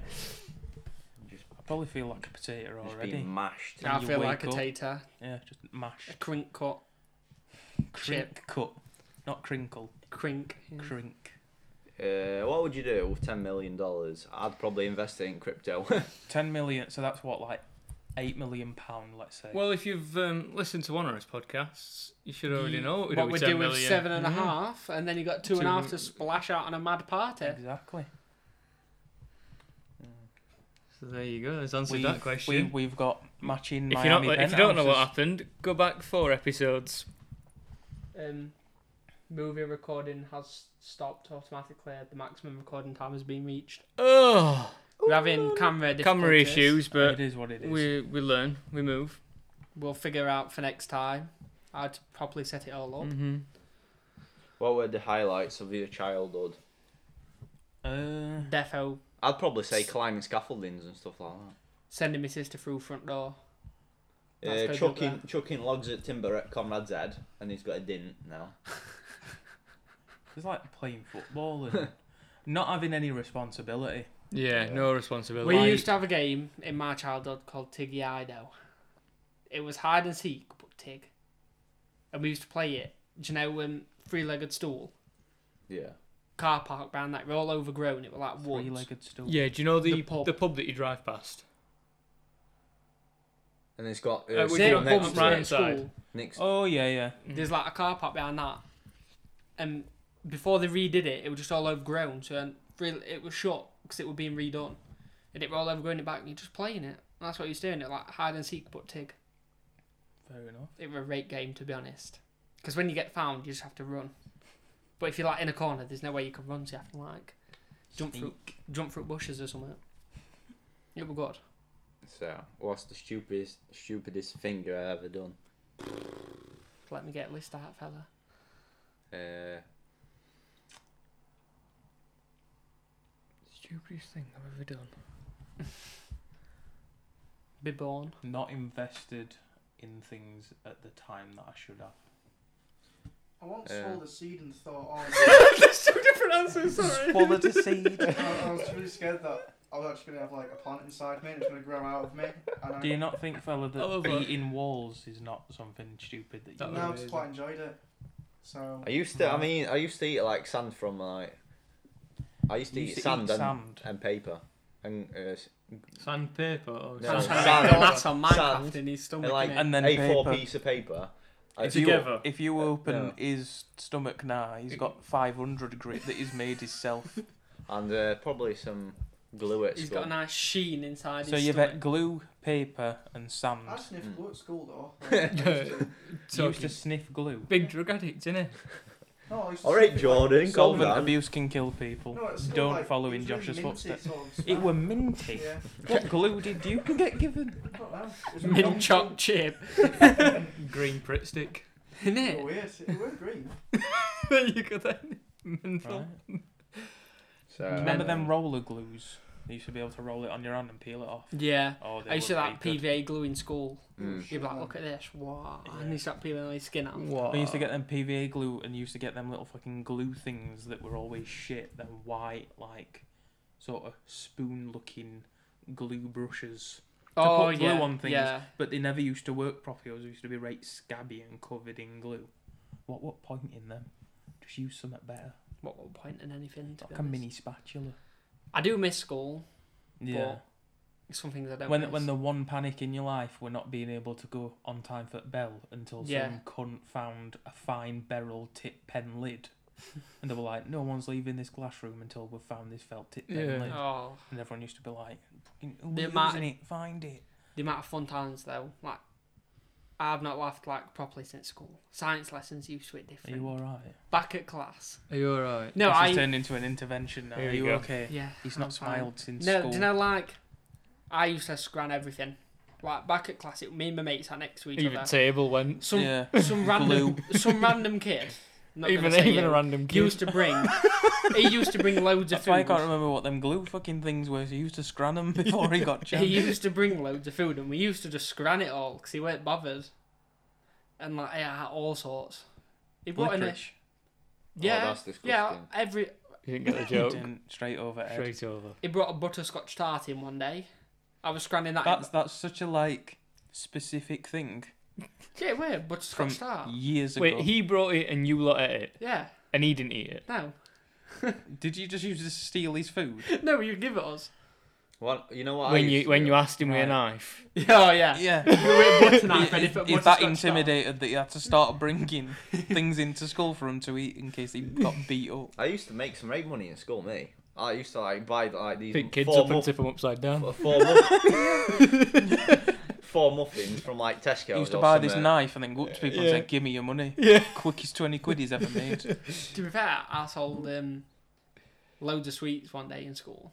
B: probably feel like a potato
G: Just
B: already.
G: being mashed.
B: Then
A: I
B: you
A: feel
B: wake
A: like a
B: up.
A: tater.
B: yeah, just
A: A
B: mashed.
A: crink cut.
B: Crink cut, not crinkle.
A: Crink.
B: Crink.
G: Uh, what would you do with ten million dollars? I'd probably invest it in crypto.
B: Ten million. So that's what like eight million pound. Let's say.
C: Well, if you've um, listened to one of his podcasts, you should already know Mm. what we
A: what
C: do
A: we
C: with 10
A: do with
C: million.
A: seven and a
B: Mhm.
A: half, and then you got two and a
C: Two-
A: half to splash out on a mad party.
B: exactly.
C: So there you go. That's answered
B: We've,
C: that question.
B: We, have got matching.
C: if,
B: Miami
C: you're not, if you don't know what
B: penthouses.
C: happened, go back four episodes.
A: Um, movie recording has stopped automatically. The maximum recording time has been reached.
C: Oh,
A: We're having camera
C: camera
A: difficulties.
C: issues, but
B: it is what it is.
C: we we learn, we move.
A: We'll figure out for next time how to properly set it all up.
C: Mm-hmm.
G: what were the highlights of your childhood?
B: Uh,
A: Defo
G: I'd probably say climbing scaffoldings and stuff like
A: sending my sister through front door. That's
G: that. Uh,
A: good,
G: chucking
A: that.
G: chucking logs at timber at Conrad's head, and he's got a dint now.
B: it's like playing football and not having any responsibility.
C: Yeah,
G: Yeah.
C: no responsibility.
A: We used to have a game in my childhood called Tiggy Ido. It was hide and seek, but Tig. And we used to play it. Do you know um, three legged stool?
G: Yeah.
A: Car park round that, all overgrown. It was like woods.
B: Three legged stool.
C: Yeah, do you know the,
A: The
C: the,
A: pub.
C: pub. that you drive past?
G: And it's got
C: Uh,
G: uh,
C: we
G: school
A: They
C: can-
G: next
C: bump
G: to
A: right
G: it.
C: round.
A: at school.
G: Next,
B: Oh yeah, yeah.
A: There's like a car park behind that. And before they redid it, it was just all overgrown. So um, really, it was shut because it was being redone. And it was all overgrown in the back and you're just playing it. That's what you was doing. It like hide and seek, but Tig.
B: Fair enough.
A: It was a great game, to be honest. Because when you get found, you just have to run. But if you're like in a corner, there's no way you can run. So you have to like jump through, jump through bushes or something. It would be good.
G: So, what's the stupidest stupidest thing I ever done?
A: Let me get a list out, fella.
G: Uh,
C: Stupidest thing I've ever done.
A: Be born.
B: Not invested in things at the time that I should have.
E: I once
G: Yeah.
E: sold a seed and thought, oh,
C: There's two different answers. Sorry.
B: Swallowed a seed.
E: I, I was really scared that I was actually going to have like a plant inside me and it's going to grow out of me. And I,
B: Do you not think, fella,
C: I love
B: that
C: that.
B: eating walls is not something stupid that
C: That
B: you
C: was
E: no,
B: do?
E: I just quite enjoyed it. So
G: I used to. I mean, I used to eat like sand from like. I used to
B: You
G: eat
B: used to
G: sand,
B: eat
G: and,
B: sand.
G: and paper, and uh, s-
C: Sandpaper.
G: No.
C: Or
A: That's
C: sand-
A: how
G: Sand.
A: you make donuts on Minecraft
G: Sand.
A: in his stomach.
G: and like
A: innit?
B: And then
G: a four
B: paper.
G: piece of paper. I-
B: If you-
C: Together.
B: if you open
G: Yeah.
B: his stomach now, he's got 500 grit that he's made himself.
G: and uh, probably some glue at
A: He's
G: school.
A: got a nice sheen inside
B: so
A: his
B: you've
A: stomach.
B: had glue, paper, and sand.
E: I sniffed
G: Mm.
E: glue at school though.
B: You used
C: Talking.
B: to sniff glue.
C: Big drug addict, isn't he?
E: No, I used to
G: All right,
E: sniff it,
G: Jordan, calm
B: Solvent
G: down.
B: abuse can kill people.
E: Like, no, at school,
B: Don't
E: like,
B: follow
E: it
B: in
E: was really
B: Josh's
E: minty
B: footsteps.
E: Sort of
B: It
E: smell.
B: were minty.
E: Yeah,
B: What glue did you get given?
E: I don't know. It was
A: mint
E: really
A: choc chip,
C: Green Pritt stick.
A: isn't
E: It
A: it?
E: were weird. It were green.
C: there you go then. Menthol.
G: So,
B: Remember
A: Remember
B: them roller glues? You should be able to roll it on your hand and peel it off.
A: Yeah.
B: Oh, they
A: I used to
B: were
A: like
B: really good.
A: PVA glue in school.
G: Mm.
A: You'd be like, look at this, wow,
B: Yeah.
A: and you start peeling his skin out.
B: We used to get them PVA glue and used to get them little fucking glue things that were always shit. Them white, like, sort of spoon looking glue brushes.
A: oh
B: put glue
A: yeah,
B: on things.
A: yeah.
B: But they never used to work properly. Always used to be right scabby and covered in glue. What what point in them? Just use something better.
A: What what point in anything? To be
B: Like a
A: honest.
B: mini spatula.
A: I do miss school.
B: Yeah.
A: Some things I don't.
B: When
A: miss.
B: when the one panic in your life were not being able to go on time for bell until
A: Yeah.
B: some cunt found a fine beryl tip pen lid. and they were like, No one's leaving this classroom until we've found this felt tip pen
C: Yeah.
B: lid.
A: oh
B: And everyone used to be like, Fucking
A: The
B: who's
A: amount-
B: using it, find it.
A: the amount of fun times though, like I've not laughed like properly since school. Science lessons used to it
B: Are
A: different.
B: you alright?
A: Back at class.
C: Are you alright?
A: No,
B: this
A: I
B: has turned into an intervention now.
C: Here
B: Are
C: we
B: you
C: go.
B: okay?
A: yeah.
B: He's
A: I'm
B: not
A: fine.
B: smiled since
A: No,
B: school.
A: do you know like I used to scan everything. Like back at class, it, me and my mates are next to each
C: Even
A: other.
C: table went.
A: some
B: Yeah.
A: some random some random kid. Not
C: Even
A: gonna say
C: even
A: you,
C: a random kid.
A: used to bring. he used to bring loads of
B: That's why I
A: food.
B: can't remember what them glue fucking things were. So he used to scran them before he got
A: he
B: jammed.
A: used to bring loads of food, and we used to just scran it all because he weren't bothered. And like, yeah, all sorts. He brought in a,
B: Licorice.
A: yeah,
G: Oh, that's disgusting.
A: yeah. Every
C: You didn't get the
B: He
C: joke.
B: didn't, Straight over Ed.
C: Straight over.
A: he brought a butterscotch tart in one day. I was scranning that.
B: That's that's such a like specific thing
A: in. Yeah, where butterscotch
B: From-
A: tart?
B: years ago.
C: Wait, he brought it and you lot ate it,
A: Yeah,
C: and he didn't eat it.
A: no,
B: Did you just use to steal his food?
A: no, you give it us.
G: What you know what? I
C: when
G: used
C: you
G: to
C: when
G: do?
C: you asked him with a
B: Right.
C: knife,
A: Oh yeah,
B: yeah.
A: You were butter knife and he put
B: He's that
A: butterscotch
B: intimidated that he had to start bringing things into school for him to eat in case he got beat up.
G: I used to make some raid money in school, me. I used to like buy like these
C: pick kids
G: four,
C: up and
G: muff-
C: tip them upside down.
G: four, muff- four muffins from like Tesco.
B: He used to
G: or uh,
B: buy this
G: somewhere.
B: knife and then go up to people
C: Yeah.
B: and say, "Give me your money."
C: Yeah.
B: Quickest twenty quid he's ever made.
A: tart. To be fair, I sold um, loads of sweets one day in school.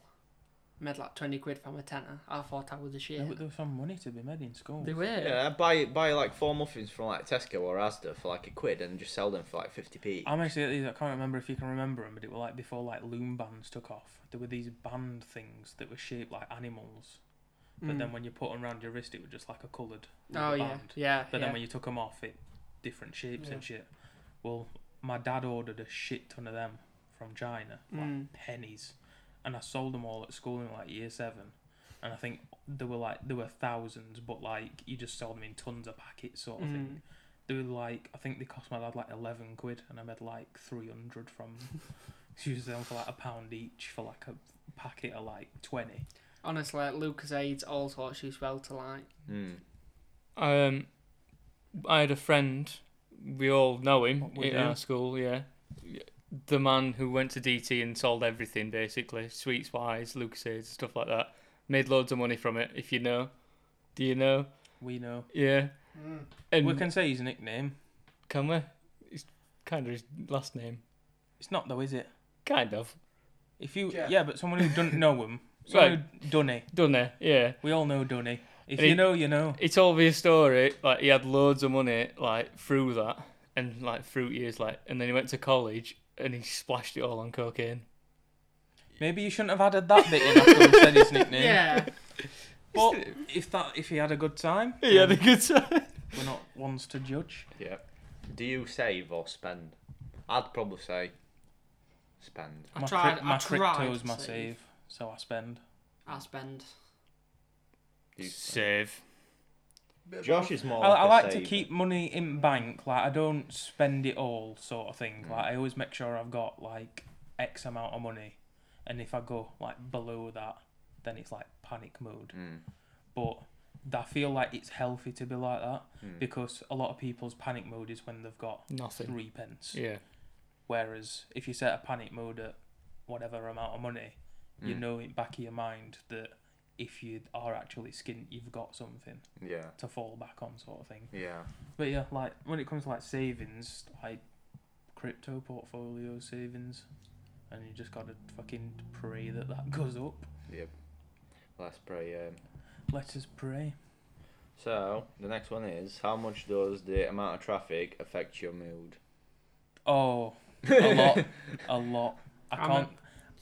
A: Made like twenty quid from a tenner. I thought I was a
B: Yeah,
A: shit.
B: but there was some money to be made in school.
A: They were.
G: Yeah, I'd buy buy like four muffins from like Tesco or Asda for like a quid and just sell them for like fifty p.
B: I'm actually at these. I can't remember if you can remember them, but it were like before like loom bands took off. There were these band things that were shaped like animals, but
A: Mm.
B: then when you put them around your wrist, it was just like a coloured
A: oh
B: rubber
A: yeah,
B: band.
A: yeah.
B: But
A: yeah.
B: then when you took them off, it different shapes
A: Yeah.
B: and shit. Well, my dad ordered a shit ton of them from China, like
A: Mm.
B: pennies, and I sold them all at school in like year seven. And I think there were like there were thousands, but like you just sold them in tons of packets, sort of thing.
A: Mm.
B: They were like, I think they cost my dad like 11 quid, and I made like 300 from them. She used them for like a pound each for like a packet of like 20.
A: Honestly, like Lucas AIDS, all sorts used well to like.
G: Mm.
C: Um, I had a friend. We all know him
B: What we
C: in
B: do.
C: our school. Yeah, the man who went to DT and sold everything basically, sweets wise, Lucasades, stuff like that. Made loads of money from it. If you know, do you know?
B: We know.
C: Yeah.
E: Mm.
C: And
B: we can say his nickname.
C: can we? Kind of his last name.
B: It's not though, is it?
C: Kind of.
B: If you
D: Jeff.
B: yeah, but someone who doesn't know him, someone who Dunny.
C: Done it, yeah.
B: We all know Dunny. If
C: And he-
B: you know, you know.
C: He told me a story, like he had loads of money, like through that, and like through years, like, and then he went to college and he splashed it all on cocaine.
B: Maybe you shouldn't have added that bit in after we said his nickname.
A: Yeah.
B: But if that if he had a good time,
C: He had a
B: then
C: good time.
B: we're not ones to judge.
G: Yeah. Do you save or spend? I'd probably say spend.
A: I
B: my
A: tried-
B: cryp- my
A: I tried
B: crypto's
A: to
B: my
A: save.
B: save, so I spend.
A: I spend.
G: Do you
C: Save.
G: Josh is more.
B: I, I like to keep money in bank. Like I don't spend it all, sort of thing. Like I always make sure I've got like X amount of money, and if I go like below that, then it's like panic mode.
G: Mm.
B: But I feel like it's healthy to be like that
G: Mm.
B: because a lot of people's panic mode is when they've got
C: Nothing.
B: three pence.
C: Yeah.
B: Whereas if you set a panic mode at whatever amount of money, you
G: Mm.
B: know in back of your mind that if you are actually skint, you've got something
G: Yeah.
B: to fall back on, sort of thing.
G: Yeah.
B: But yeah, like when it comes to like savings, like crypto portfolio savings, and you just gotta fucking pray that that goes up.
G: Yep. Let's pray. Um,
B: Let us pray.
G: so the next one is how much does the amount of traffic affect your mood?
B: Oh, a lot, a lot. I
A: I'm
B: can't.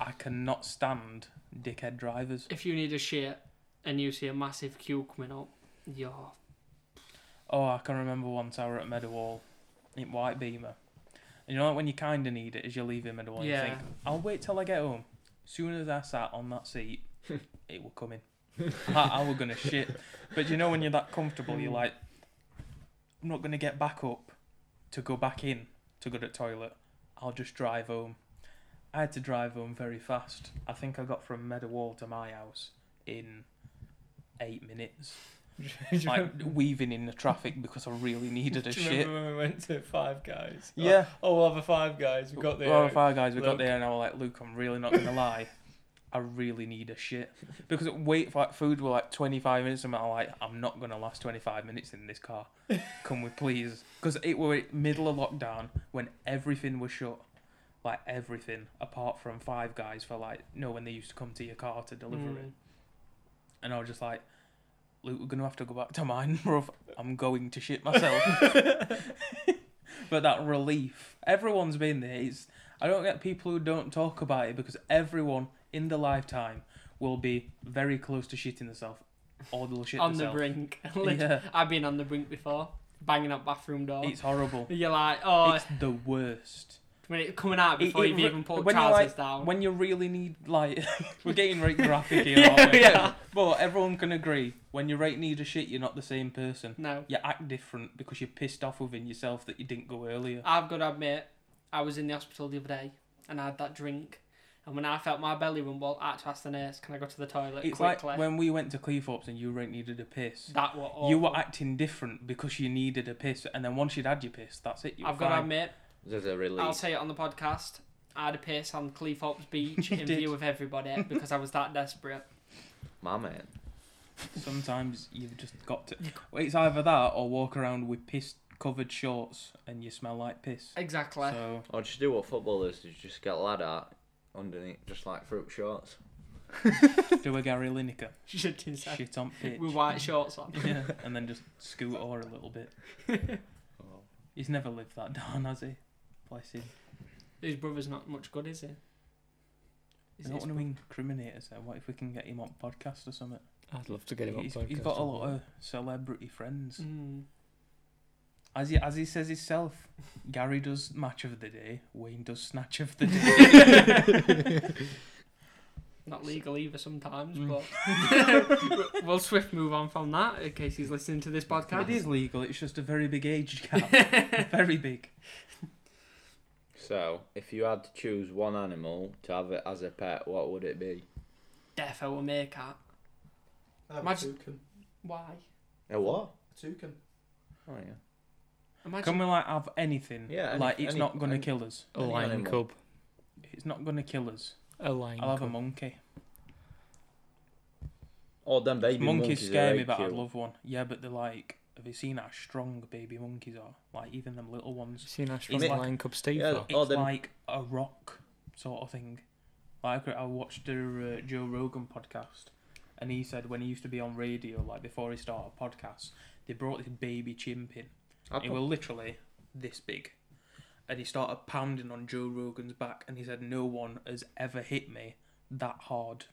B: I cannot stand dickhead drivers.
A: If you need a shit and you see a massive queue coming up, you're.
B: Oh, I can remember once I were at Meadowall in White Beamer. And you know, like when you kind of need it as you're leaving Meadowall,
A: Yeah.
B: you think, I'll wait till I get home. soon as I sat on that seat, it will come in. I, I were going to shit. But you know, when you're that comfortable, you're like, I'm not going to get back up to go back in to go to the toilet. I'll just drive home. I had to drive home very fast. I think I got from Meadowall to my house in eight minutes like weaving in the traffic because I really needed a
C: Do you
B: shit.
C: remember when we went to Five Guys?
B: Yeah.
C: Oh, we'll have a Five Guys. We got uh, there.
B: Well, fire guys, we got
C: Luke.
B: there and I was like, Luke, I'm really not gonna lie. I really need a shit because wait for like, food were like 25 minutes and I'm like, I'm not gonna last 25 minutes in this car. Can we please? Because it were middle of lockdown when everything was shut, like everything apart from Five Guys for like no when they used to come to your car to deliver it.
A: Mm.
B: And I was just like, Luke, we're gonna have to go back to mine, bruv. I'm going to shit myself. but that relief, everyone's been there. It's I don't get people who don't talk about it because everyone in their lifetime will be very close to shitting themselves, or they'll shit
A: On the
B: themselves.
A: brink. Lit-
B: Yeah,
A: I've been on the brink before, banging up bathroom door.
B: it's horrible.
A: You're like, oh,
B: It's the worst.
A: when it's coming out
B: It-
A: before
B: it
A: you've
B: re-
A: even pulled
B: when you're
A: trousers
B: like-
A: down.
B: When you really need, like, we're getting right graphic here,
A: Yeah,
B: aren't we?
A: we are.
B: But everyone can agree, when you right need a shit, you're not the same person.
A: no,
B: you act different because you're pissed off within yourself that you didn't go earlier.
A: I've got to admit, I was in the hospital the other day and I had that drink. And when I felt my belly rumble, I had to ask the nurse, can I go to the toilet
B: It's
A: quickly?
B: like when we went to Cleethorpes and you really needed a piss.
A: that were awful.
B: You were acting different because you needed a piss, and then once you'd had your piss, that's it. You were
A: I've got to
B: fine.
A: admit,
G: There's a relief.
A: I'll say it on the podcast. I had a piss on Cleethorpes Beach
B: You
A: in
B: did.
A: view of everybody because I was that desperate.
G: My man.
B: Sometimes you've just got to. It's either that or walk around with piss covered shorts and you smell like piss.
A: Exactly.
B: So
G: Or just do what footballers do, just get a lad out underneath, just like fruit shorts.
B: do a Gary Lineker,
A: Shit inside.
B: shit on pitch,
A: With white shorts on.
B: yeah, and then just scoot or a little bit. He's never lived that down, has he? Bless him.
A: His brother's not much good, is he? Is
B: I don't
A: his
B: want to incriminate us. There. What if we can get him on podcast or something?
C: I'd love to get him
B: he's,
C: on podcast.
B: he's got a lot of celebrity friends.
A: bro- Mm.
B: As he as he says himself, Gary does match of the day, Wayne does snatch of the day.
A: Not legal either sometimes,
B: Mm.
A: but we'll swift move on from that in case he's listening to this podcast.
B: it is legal. It's just a very big age gap, very big.
G: So, if you had to choose one animal to have it as a pet, what would it be?
A: Defo or meerkat.
E: I have
A: Imagine-
E: a toucan.
A: Why?
G: A what?
E: A toucan.
G: Oh yeah.
A: Imagine
B: Can we like have anything?
G: Yeah, any-
B: like it's
G: any-
B: not gonna
G: any-
B: kill us.
C: A
G: Any
C: lion
G: animal.
C: cub.
B: It's not gonna kill us.
C: A lion
B: I'll have a
C: cub.
B: monkey.
G: Oh, them baby
B: Monkeys
G: are
B: scare me,
G: right
B: but I'd
G: cute.
B: love one. Yeah, but they're like Have you seen how strong baby monkeys are? Like even them little ones.
C: seen how
B: strong
C: strong
B: like-
C: Lion Cub Steve
G: Yeah,
C: are?
B: It's
G: Oh, them-
B: like a rock sort of thing. Like I watched a uh, Joe Rogan podcast, and he said when he used to be on radio, like before he started podcasts, they brought this baby chimp in.
G: I'd
B: It
G: prob-
B: was literally this big, and he started pounding on Joe Rogan's back, and he said, "No one has ever hit me that hard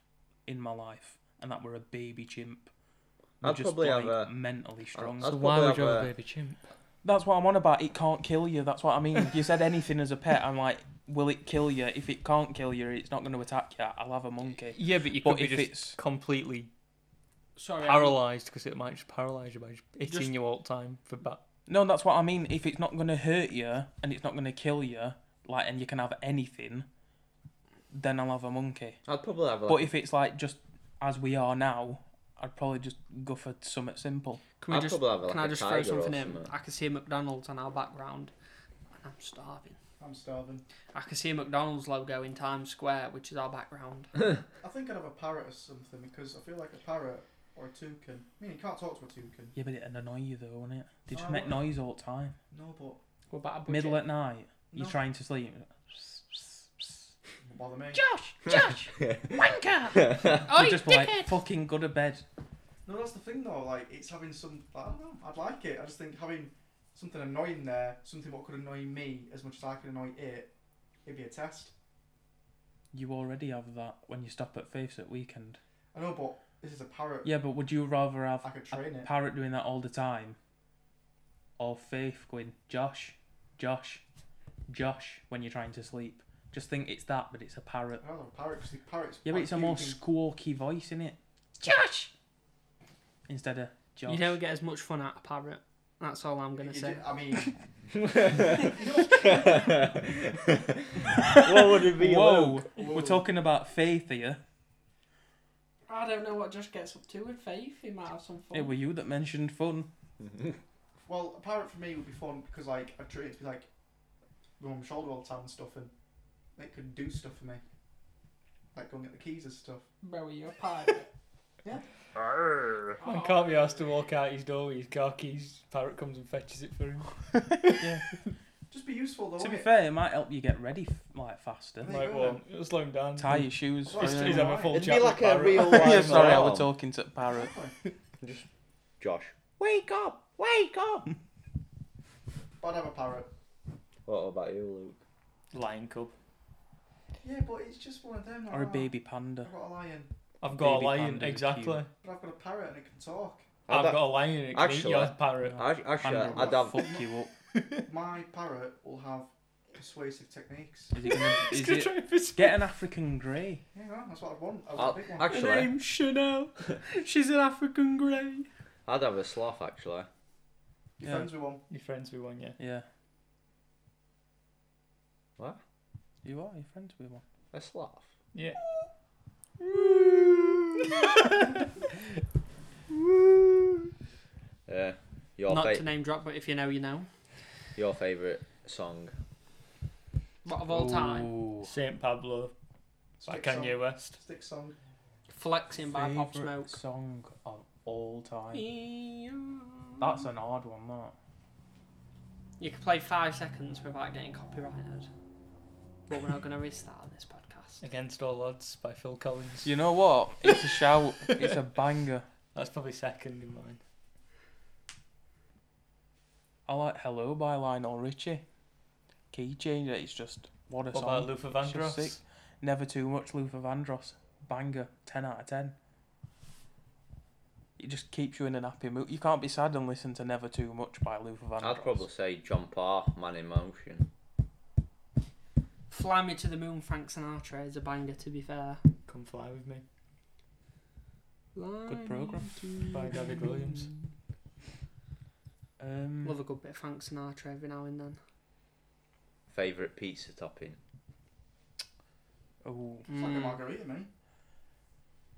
B: in my life, and that were a baby chimp." We're
G: I'd probably have a-
B: mentally strong.
G: I'd
C: So why would
G: probably
C: you
G: have
B: uh,
C: have a
G: a-
C: baby chimp?
B: That's what I'm on about. It can't kill you. That's what I mean. You said anything as a pet. I'm like, will it kill you? If it can't kill you, it's not going to attack you. I'll have a monkey.
C: Yeah, but you
B: But
C: could be
B: if
C: just
B: it's-
C: completely
A: Sorry, I'm-
C: paralysed because it might just paralyse you by just hitting
A: Just-
C: you all the time for back.
B: No, that's what I mean. If it's not going to hurt you and it's not going to kill you, like, and you can have anything, then I'll have a monkey.
G: I'd probably have like,
B: But if it's like just as we are now, I'd probably just go for something simple.
A: Can we
G: I'd
A: just
G: probably have like
A: can I
G: a
A: just
G: tiger
A: throw
G: or
A: something in?
G: something.
A: I can see a McDonald's on our background, and I'm starving.
E: I'm starving.
A: I can see a McDonald's logo in Times Square, which is our background.
E: I think I'd have a parrot or something because I feel like a parrot or a toucan. I mean, you can't talk to a toucan.
B: Yeah, but it'd annoy you though, wouldn't it? They just
E: Oh.
B: make noise all the time.
E: No, but
A: What about a budget?
B: Middle at night, you're
E: No.
B: trying to sleep.
E: don't bother me.
A: Josh, Josh, wanker!
B: You're
A: Oi,
B: just
A: dickhead!
B: like, fucking go to bed.
E: No, that's the thing though. Like, it's having some. I don't know. I'd like it. I just think having something annoying there, something what could annoy me as much as I could annoy it, it'd be a test.
B: You already have that when you stop at Faith's at weekend.
E: I know, but this is a parrot.
B: Yeah, but would you rather have
E: I could train
B: a
E: it.
B: parrot doing that all the time, or Faith going Josh, Josh, Josh when you're trying to sleep? Just think it's that, but it's a parrot.
E: I don't know, parrot because the parrot's.
B: Yeah, but
E: like
B: it's a more
E: puking.
B: squawky voice in it
A: Josh.
B: instead of Josh.
A: You don't get as much fun out of parrot. That's all I'm gonna
E: You
A: say.
E: do- I mean,
G: what would it be?
B: Whoa,
G: Luke?
B: we're talking about Faith here.
A: I don't know what Josh gets up to with Faith. He might have some fun.
B: It were you that mentioned fun.
E: well, a parrot for me would be fun because like I'd treat it to be like go on my shoulder all the time and stuff, and it could do stuff for me, like going at the keys and stuff.
A: Bro, are you a pirate? Oh,
C: Man can't be asked to walk out his door with his car keys. Parrot comes and fetches it for him.
E: Just be useful though.
B: To be
E: innit?
B: fair, it might help you get ready f- like faster.
E: There you
C: Like,
E: go
C: well,
E: then.
C: it'll slow him down.
B: Tie your shoes.
E: Well,
C: He's,
E: it's-
B: really.
C: he's having a full
G: It'd
C: chat
G: be
C: with
G: like a
C: Parrot.
G: real
B: Yeah,
G: life.
B: sorry, I
G: alarm.
B: was talking to Parrot.
G: Just Josh.
B: Wake up! Wake up!
E: But I'd have a parrot.
G: What about you,
C: lion cub.
E: Yeah, but it's just one of them.
B: Or a
E: like,
B: baby panda.
E: I've got a lion,
C: I've got
B: Baby
C: a lion,
B: panda,
C: exactly.
B: cute.
E: but I've got a parrot and it can talk.
G: I'd
C: I've
G: ha-
C: got a lion and it can eat
G: Actually- uh,
C: your parrot.
A: Uh,
G: Luke? I, actually,
B: Panda
G: I'd
B: will
G: have.
B: fuck you up.
E: My parrot will have persuasive techniques.
B: Is it gonna,
C: He's
B: is
C: gonna
B: it,
C: try and fist-
B: get an African grey?
E: Yeah, well, that's what I want. I
G: I'll-
E: want a big one.
G: actually-
A: Her name's Chanel. She's an African grey.
G: I'd have a sloth actually.
E: Your
B: yeah.
E: friends with one.
C: Your friends with one, yeah.
B: Yeah.
G: What?
B: You are. You're friends with one.
G: A sloth.
C: Yeah.
G: Yeah. Your
A: Not
G: fa-
A: to name drop, but if you know, you know.
G: your favorite song.
A: What of all time?
B: Ooh.
C: St. Pablo by
E: Stick song.
C: Kanye West.
E: Stick song.
A: Flexing by Pop Smoke.
B: Favourite song of all time. That's
A: That's
B: an odd one, that.
A: You can play five seconds without getting copyrighted. But we're not going to restart this podcast.
C: Against All Odds by Phil Collins.
B: You know what? It's a shout. it's a banger.
C: That's probably second in mine.
B: I like Hello by Lionel Richie. Key change. It's just what a
C: What
B: song.
C: about Luther
B: She's sick.
C: Vandross?
B: Never too much Luther Vandross. Banger. 10 out of 10. It just keeps you in an happy mood. You can't be sad and listen to Never Too Much by Luther Vandross.
G: I'd probably say John Parr, Man in Motion.
A: Fly Me to the Moon, Frank Sinatra is a banger, to be fair.
C: Come Fly With Me
A: Good
B: programme.
C: by David Williams.
B: Um,
A: Love a good bit of Frank Sinatra every now and then.
G: Favorite pizza topping.
B: oh.
E: It's like a
A: Mm.
E: margarita, mate.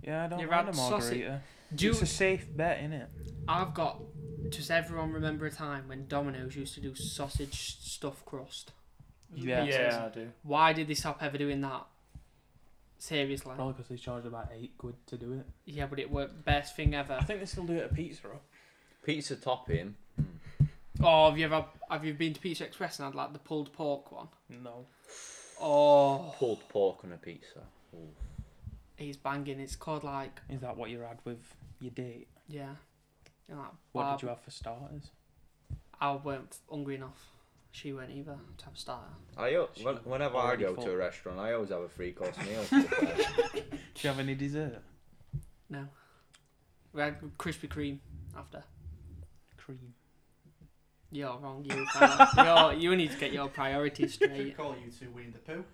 B: Yeah, I don't
A: You've
B: want a
A: had sausage-
B: margarita.
A: Mm. Do
B: It's a safe bet, innit?
A: I've got. Does everyone remember a time when Domino's used to do sausage stuffed crust?
B: Yeah.
C: yeah, I do.
A: Why did they stop ever doing that? Seriously.
B: Probably because they charge about 8 quid to do it.
A: Yeah, but it worked. Best thing ever.
B: I think they still do it at Pizza Hut.
G: Pizza topping.
A: Oh, have you ever have you been to Pizza Express and had like the pulled pork one?
B: No.
A: Oh,
G: Pulled pork on a pizza.
A: he's banging. It's called like
B: Is that what you had with your date?
A: yeah, you know, like
B: What
A: barb-
B: did you have for starters?
A: I weren't hungry enough. She weren't either to have a starter.
G: I al- when, whenever I
B: already
G: go
B: full.
G: to a restaurant, I always have a three course meal. to be fair.
B: Did you have any dessert?
A: No, we had Krispy Kreme after.
B: Cream.
A: You're wrong. You fella. You're, you need to get your priorities
E: Should
A: straight.
E: call you two Winnie the Pooh.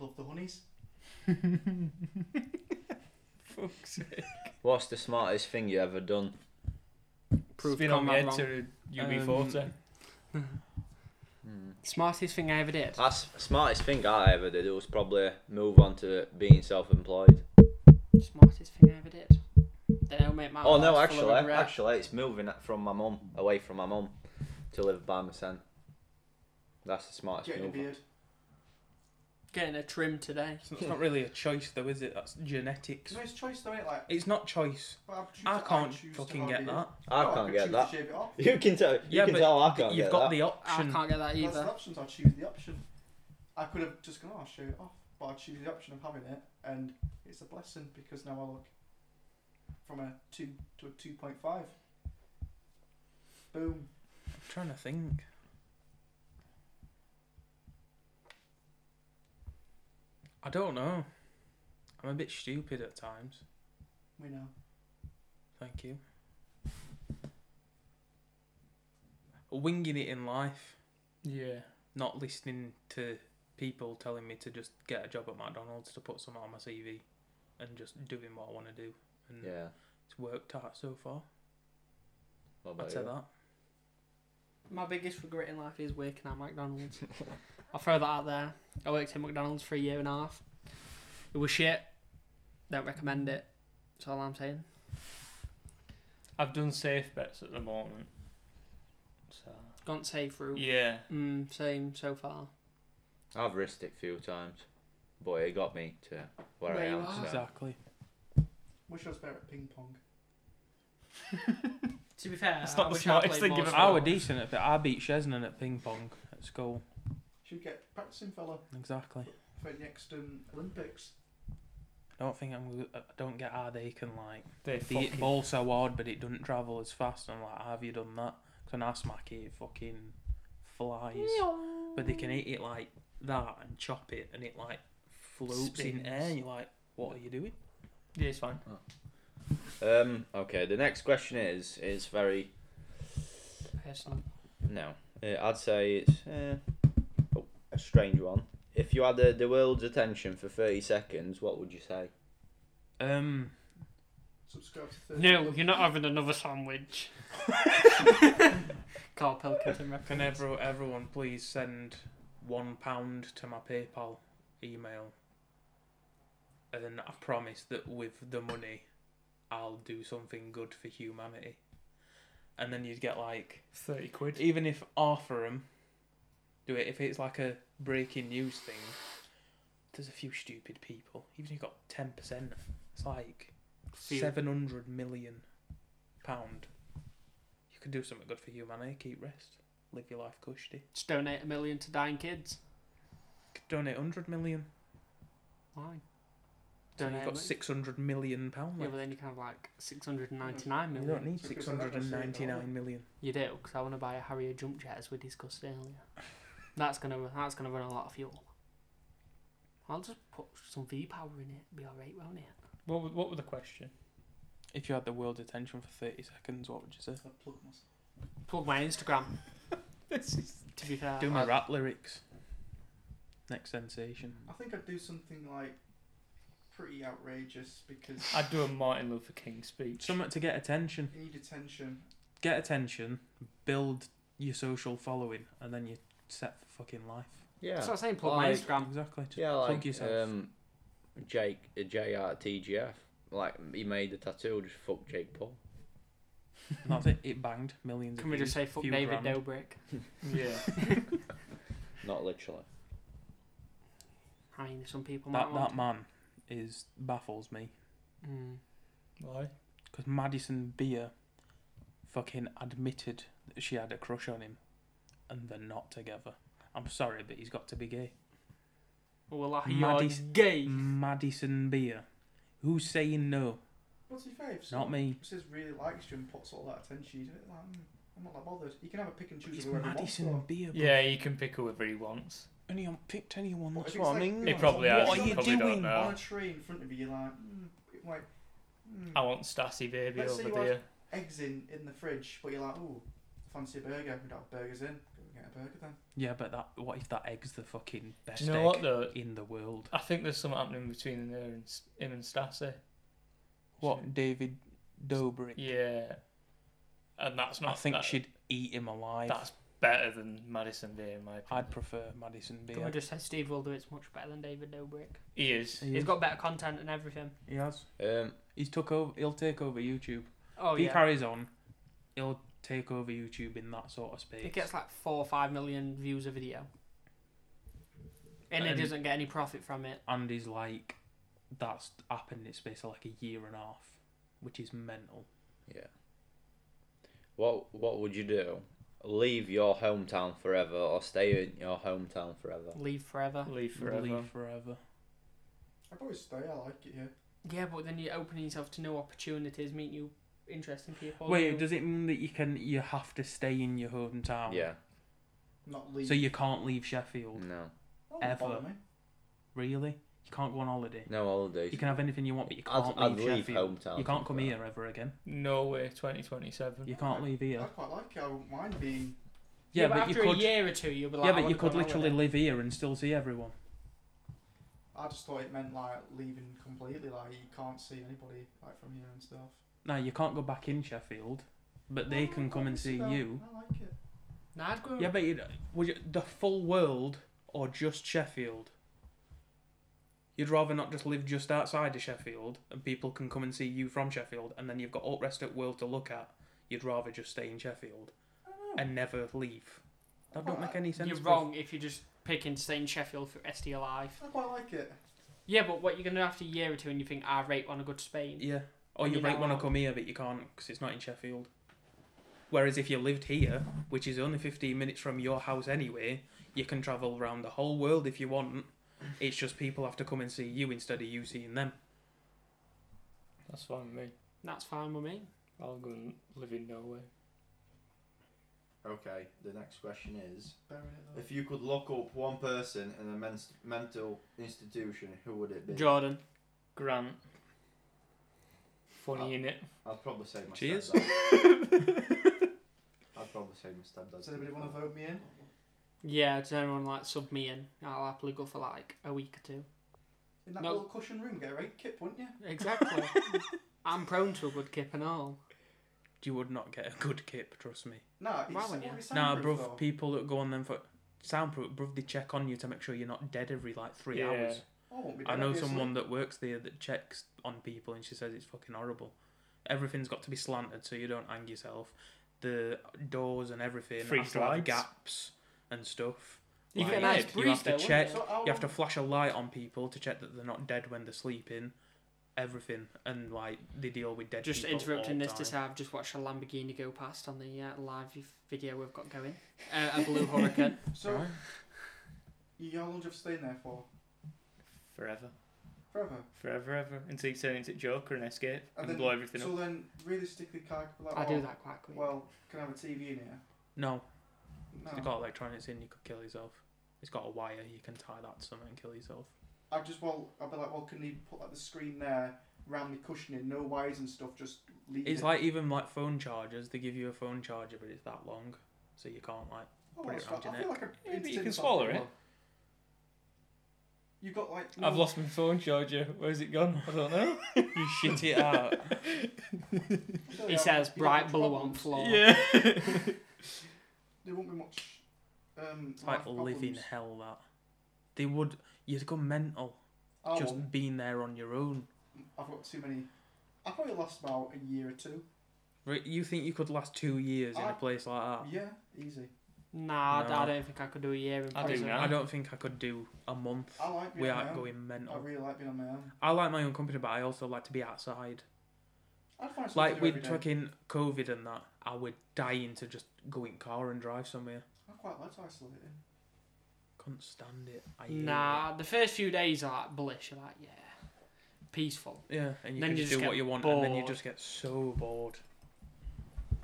E: Love the honeys.
G: What's the smartest thing you ever done?
A: Prove
C: Spin on my
A: Conrad
C: head
A: wrong.
C: to
B: Um,
C: UB40.
G: Hmm.
A: Smartest thing I ever did.
G: That's smartest thing I ever did was probably move on to being self-employed.
A: Smartest thing I ever did. Then I'll make my
G: Oh no,
A: life full of
G: actually,
A: regret.
G: actually, it's moving from my mum away from my mum to live by myself. That's the smartest
E: Getting a
G: move.
E: beard.
A: getting a trim today.
B: It's not, it's not really a choice though, is it? That's genetics.
E: No, it's choice though, ain't it? Like,
B: It's not choice.
E: well, choose-
B: I can't
E: choose to
B: fucking
E: have a
B: get
E: beard.
B: that.
G: I
E: Oh,
G: can't
E: could
G: get
E: choose
G: that.
E: To shave it off.
G: You can tell. You
B: Yeah,
G: can
B: but
G: tell I can't
B: You've
G: get
B: got
G: that.
B: the
A: I
B: option.
A: can't get that
E: That's the
A: either.
E: options. I choose the option. I could have just gone, oh, I'll shave it off, but I choose the option of having it, and it's a blessing because now I look from a two to a two point five. Boom.
B: I'm trying to think. I don't know. I'm a bit stupid at times.
E: We know.
B: Thank you. Winging it in life,
C: Yeah.
B: not listening to people telling me to just get a job at McDonald's to put something on my CV, and just doing what I want to do. And
G: Yeah.
B: it's worked out so far.
G: What
B: I'd
G: about
B: say
G: you?
B: that.
A: My biggest regret in life is working at McDonald's. I'll throw that out there. I worked at McDonald's for a year and a half. It was shit. Don't recommend it. That's all I'm saying.
C: I've done safe bets at the moment. So.
A: Gone safe route.
C: Yeah.
A: Mm, same so far.
G: I've risked it a few times, but it got me to where I
A: Where you
G: am.
A: are.
G: So.
B: Exactly.
E: Wish I was better at ping pong.
A: To be fair,
C: It's not
A: I
C: the
A: wish I
C: smartest
A: played
C: thing
A: more
C: you've ever-
B: I
A: sport.
B: were decent at it. I beat Chesnan at ping pong at school.
E: Should get practicing fella
B: Exactly.
E: for next um, Olympics.
B: I don't think I'm. I don't get how they can like they
C: They
B: hit
C: fucking
B: ball so hard, but it doesn't travel as fast. I'm like, have you done that? Because when I smack it, it fucking flies. But they can hit it like that and chop it, and it like floats in
A: Spins.
B: air. And you're like, what are you doing?
C: Yeah, it's fine.
G: Um. Okay. The next question is is very
A: Personal.
G: no. Uh, I'd say it's uh, oh, a strange one. If you had uh, the world's attention for thirty seconds, what would you say?
B: Um,
E: Subscribe to thirty.
A: No, you're not having another sandwich. Carl Pilkington
B: can
A: reference.
B: everyone, everyone please send one pound to my PayPal email? And I promise that with the money, I'll do something good for humanity. And then you'd get like
C: 30 quid.
B: even if Arthurham do it, if it's like a breaking news thing, there's a few stupid people. Even if you got ten percent, it's like
A: Few.
B: seven hundred million pound. You could do something good for humanity. Keep rest. Live your life cushy.
A: Just donate a million to dying kids.
B: Could donate hundred million.
A: Why?
B: So
A: Donate
B: you've
A: a
B: got
A: million.
B: six hundred million pound.
A: Yeah,
B: Left.
A: but then you can have like 699
B: You
A: million.
B: don't need
E: So you
B: six
E: could put that
B: hundred and
E: in a saving account.
B: ninety-nine million.
A: You do, because I want to buy a Harrier jump jet, as we discussed earlier. That's gonna that's gonna run a lot of fuel. I'll just put some V power in it. Be alright, won't it?
C: What, wa- what were the question?
B: If you had the world's attention for thirty seconds, what would you say?
E: I plug myself.
A: Plug my Instagram. to be fair,
B: Do
A: I-
B: my rap lyrics. Next sensation.
E: I think I'd do something like pretty outrageous because
C: I'd do a Martin Luther King speech.
B: Something to get attention.
E: you need attention.
B: get attention, build your social following, and then you're set for fucking life.
G: Yeah.
A: that's what I'm saying. Plug my
G: Like-
A: Instagram.
B: Exactly. Just
G: yeah,
B: plug
G: like
B: yourself.
G: um, Jake uh, JRTGF. Like he made the tattoo just fuck Jake Paul.
B: And that's it. It banged millions.
A: Can
B: of
A: we just
B: views,
A: say fuck
B: few
A: David
B: grand.
A: Dobrik?
C: yeah.
G: Not literally.
A: I mean, some people might
B: That
A: want.
B: that man is baffles me
A: Mm.
C: Why?
B: because Madison Beer fucking admitted that she had a crush on him, and they're not together. I'm sorry, but he's got to be gay.
A: Well, like, you're
B: Maddie's-
A: gay.
B: Madison Beer, who's saying no?
E: What's your favourite?
B: Not me.
E: Mrs. really likes you and puts all that attention. He's a bit like, "Mm, I'm not that bothered. You can have a pick and
B: But
E: choose
B: It's
E: whoever he wants.
B: Madison
E: though.
B: Beer. bro.
C: Yeah, you can pick whoever he wants.
B: And he hasn't um, picked anyone.
E: But
B: That's
E: if
B: what
E: it's
B: I
E: like,
B: mean.
E: you
C: He
E: know,
C: probably
E: someone
C: has.
B: What
C: he
B: are you
C: probably
B: doing?
C: don't know.
E: On a tree in front of you, you're like, mm, like, mm,
C: I want Stassi baby
E: Let's see
C: over
E: what-
C: there.
E: eggs in in the fridge, but you're like, ooh, fancy a burger. We don't have burgers in. Go and get a burger then.
B: Yeah, but that what if that egg's the fucking best
C: Do you know
B: egg
C: what though?
B: in the world?
C: I think there's something happening between there and S- him and Stassi.
B: What David Dobrik?
C: Yeah, and that's not.
B: I think
C: that-
B: she'd eat him alive.
C: That's better than Madison Beer in my opinion.
B: I'd prefer Madison
A: Don't we
B: Beer.
A: just say Steve Wildewitt's much better than David Dobrik.
C: He is.
A: He's got better content and everything.
B: He has.
G: Um,
B: He's took over. He'll take over YouTube.
A: Oh
B: if he
A: yeah,
B: carries on, he'll take over YouTube in that sort of space.
A: he gets like four or five million views a video, and he
B: And-
A: doesn't get any profit from it.
B: and he's like, that's happened in space of like a year and a half, which is mental.
G: yeah. What What would you do? Leave your hometown forever, or stay in your hometown forever?
A: Leave forever.
C: Leave forever.
B: Leave forever.
E: I'd probably stay. I like it here.
A: Yeah, but then you're opening yourself to new opportunities, meet new interesting people.
B: Wait,
A: new-
B: does it mean that you can you have to stay in your hometown?
G: Yeah. Mm.
E: Not leave.
B: So you can't leave Sheffield,
G: No.
E: That wouldn't
B: ever.
E: bother me.
B: really? You can't go on holiday.
G: No holidays.
B: You can have anything you want, but you
G: I'd-
B: can't
G: I'd
B: leave
G: leave
B: Sheffield.
G: hometown
B: you can't come
G: forever.
B: here ever again.
C: Norway 2027.
B: You can't leave here.
E: I quite like it. I wouldn't mind being.
B: Yeah, but, you
A: after
B: could.
A: a year or two, you'll be like,
B: yeah,
A: I
B: but
A: wanna
B: you
A: go
B: could
A: on
B: literally
A: holiday.
B: live here and still see everyone.
E: I just thought it meant like leaving completely. Like you can't see anybody like from here and stuff. Oh,
B: Now you can't go back in Sheffield, but they
E: No,
B: can come and
E: obviously
B: see
E: not.
B: you.
E: I like it.
A: Nah, I'd go.
B: Yeah, but you'd, would you, the full world or just Sheffield? You'd rather not just live just outside of Sheffield and people can come and see you from Sheffield, and then you've got all the rest of the world to look at. You'd rather just stay in Sheffield
E: I don't know.
B: and never leave. That don't make any sense.
A: you're
B: bruv.
A: wrong if you're just picking staying Sheffield for rest of your life.
E: I quite like it.
A: Yeah, but what you're gonna do after a year or two, and you think I rate want to go to Spain.
B: Yeah. Or
A: And
B: you
A: you
B: might
A: don't
B: want to
A: want-
B: come here, but you can't because it's not in Sheffield. Whereas if you lived here, which is only 15 minutes from your house anyway, you can travel around the whole world if you want. It's just people have to come and see you instead of you seeing them.
C: That's fine with me.
A: That's fine with me.
C: I'll go and live in Norway.
H: Okay, the next question is
E: Bury it though.
H: If you could lock up one person in a men- mental institution, who would it be?
A: Jordan.
C: Grant. Oh. Funny in it.
H: I'd probably say my
B: Cheers.
H: stepdad. I'd probably say my stepdad.
E: Does anybody want to vote me in?
A: Yeah, does anyone like sub me in? I'll happily go for like a week or two.
E: In that
A: No.
E: little cushion room, get a right kip, wouldn't you?
A: Exactly. I'm prone to a good kip and all.
B: You would not get a good kip, trust me.
E: Nah, it's,
A: Why wouldn't you?
E: well, it's
B: Nah,
E: soundproof,
B: bruv,
E: though.
B: people that go on them for soundproof, bruv, they check on you to make sure you're not dead every like three
C: Yeah.
B: hours.
E: I won't be
B: I
E: dead,
B: know
E: obviously.
B: someone that works there that checks on people, and she says it's fucking horrible. Everything's got to be slanted so you don't hang yourself. The doors and everything
C: Free
B: has to have
C: slides.
B: gaps and stuff.
A: You
B: Like,
A: get a nice
B: you have
A: breeze
B: to
A: though, wouldn't
B: check.
E: So I
B: You have to
E: won't-
B: flash a light on people to check that they're not dead when they're sleeping. Everything and like they deal with dead.
A: Just
B: people
A: interrupting
B: all
A: this to say
B: time.
A: I've just watched a Lamborghini go past on the uh, live v- video we've got going. Uh, a blue hurricane.
E: So,
B: Right.
E: you, how long do you have to stay in there for?
C: Forever.
E: Forever.
C: Forever, ever. Until you turn into Joker and escape
E: And
C: and,
E: then-
C: blow everything
E: so
C: up.
E: then, realistically, can I, like,
A: I
E: oh,
A: do that quite quick.
E: Well, can I have a TV in here?
B: No, it's
E: No.
B: got electronics in. You could kill yourself. It's got a wire. You can tie that to something and kill yourself.
E: I just well, I'll be like, well, can you put like the screen there, round the cushioning, no wires and stuff, just leave
B: It's
E: it.
B: like even like phone chargers. They give you a phone charger, but it's that long, so you can't like.
E: oh,
B: put it
E: that's
B: round
E: fine.
B: your
E: I feel
B: neck.
E: like
C: Yeah,
E: I've
C: but you
E: entertained
C: can
E: myself
C: swallow
E: quite
C: it.
E: well. You got like.
C: I've
E: no-
C: lost my phone charger. Where's it gone? I don't know.
B: You shit it out.
E: I feel
A: he
E: like
A: says
E: you don't
A: bright
E: have
A: blue on
E: problems.
A: floor.
E: There won't be much. Um,
B: It's like
E: life
B: living
E: problems.
B: hell that. They would you'd go mental
E: I
B: just
E: won't.
B: being there on your own.
E: I've got too many. I probably last about a year or two.
B: Right, You think you could last two years in
E: I-
B: a place like that?
E: Yeah, easy.
A: Nah, I- I
B: No.
A: don't think I could do a year in
C: I do
A: prison.
C: now.
B: I don't think I could do a month
E: I like being on my
B: without
E: own.
B: going
E: Ah. I
B: mental.
E: really like being on my own.
B: I like my own company, but I also like to be outside.
E: I'd find something
B: Like
E: to do
B: with
E: every day.
B: fucking COVID and that, I would dying to just go in car and drive somewhere.
E: I quite like isolating.
B: Couldn't stand it. I hate
A: Nah, the first few days are like bliss. You're like, yeah, peaceful.
B: it. Yeah, and you
A: Then
B: can
A: you
B: just
A: just
B: do what
A: get
B: you want, and then you
A: bored.
B: just get so bored.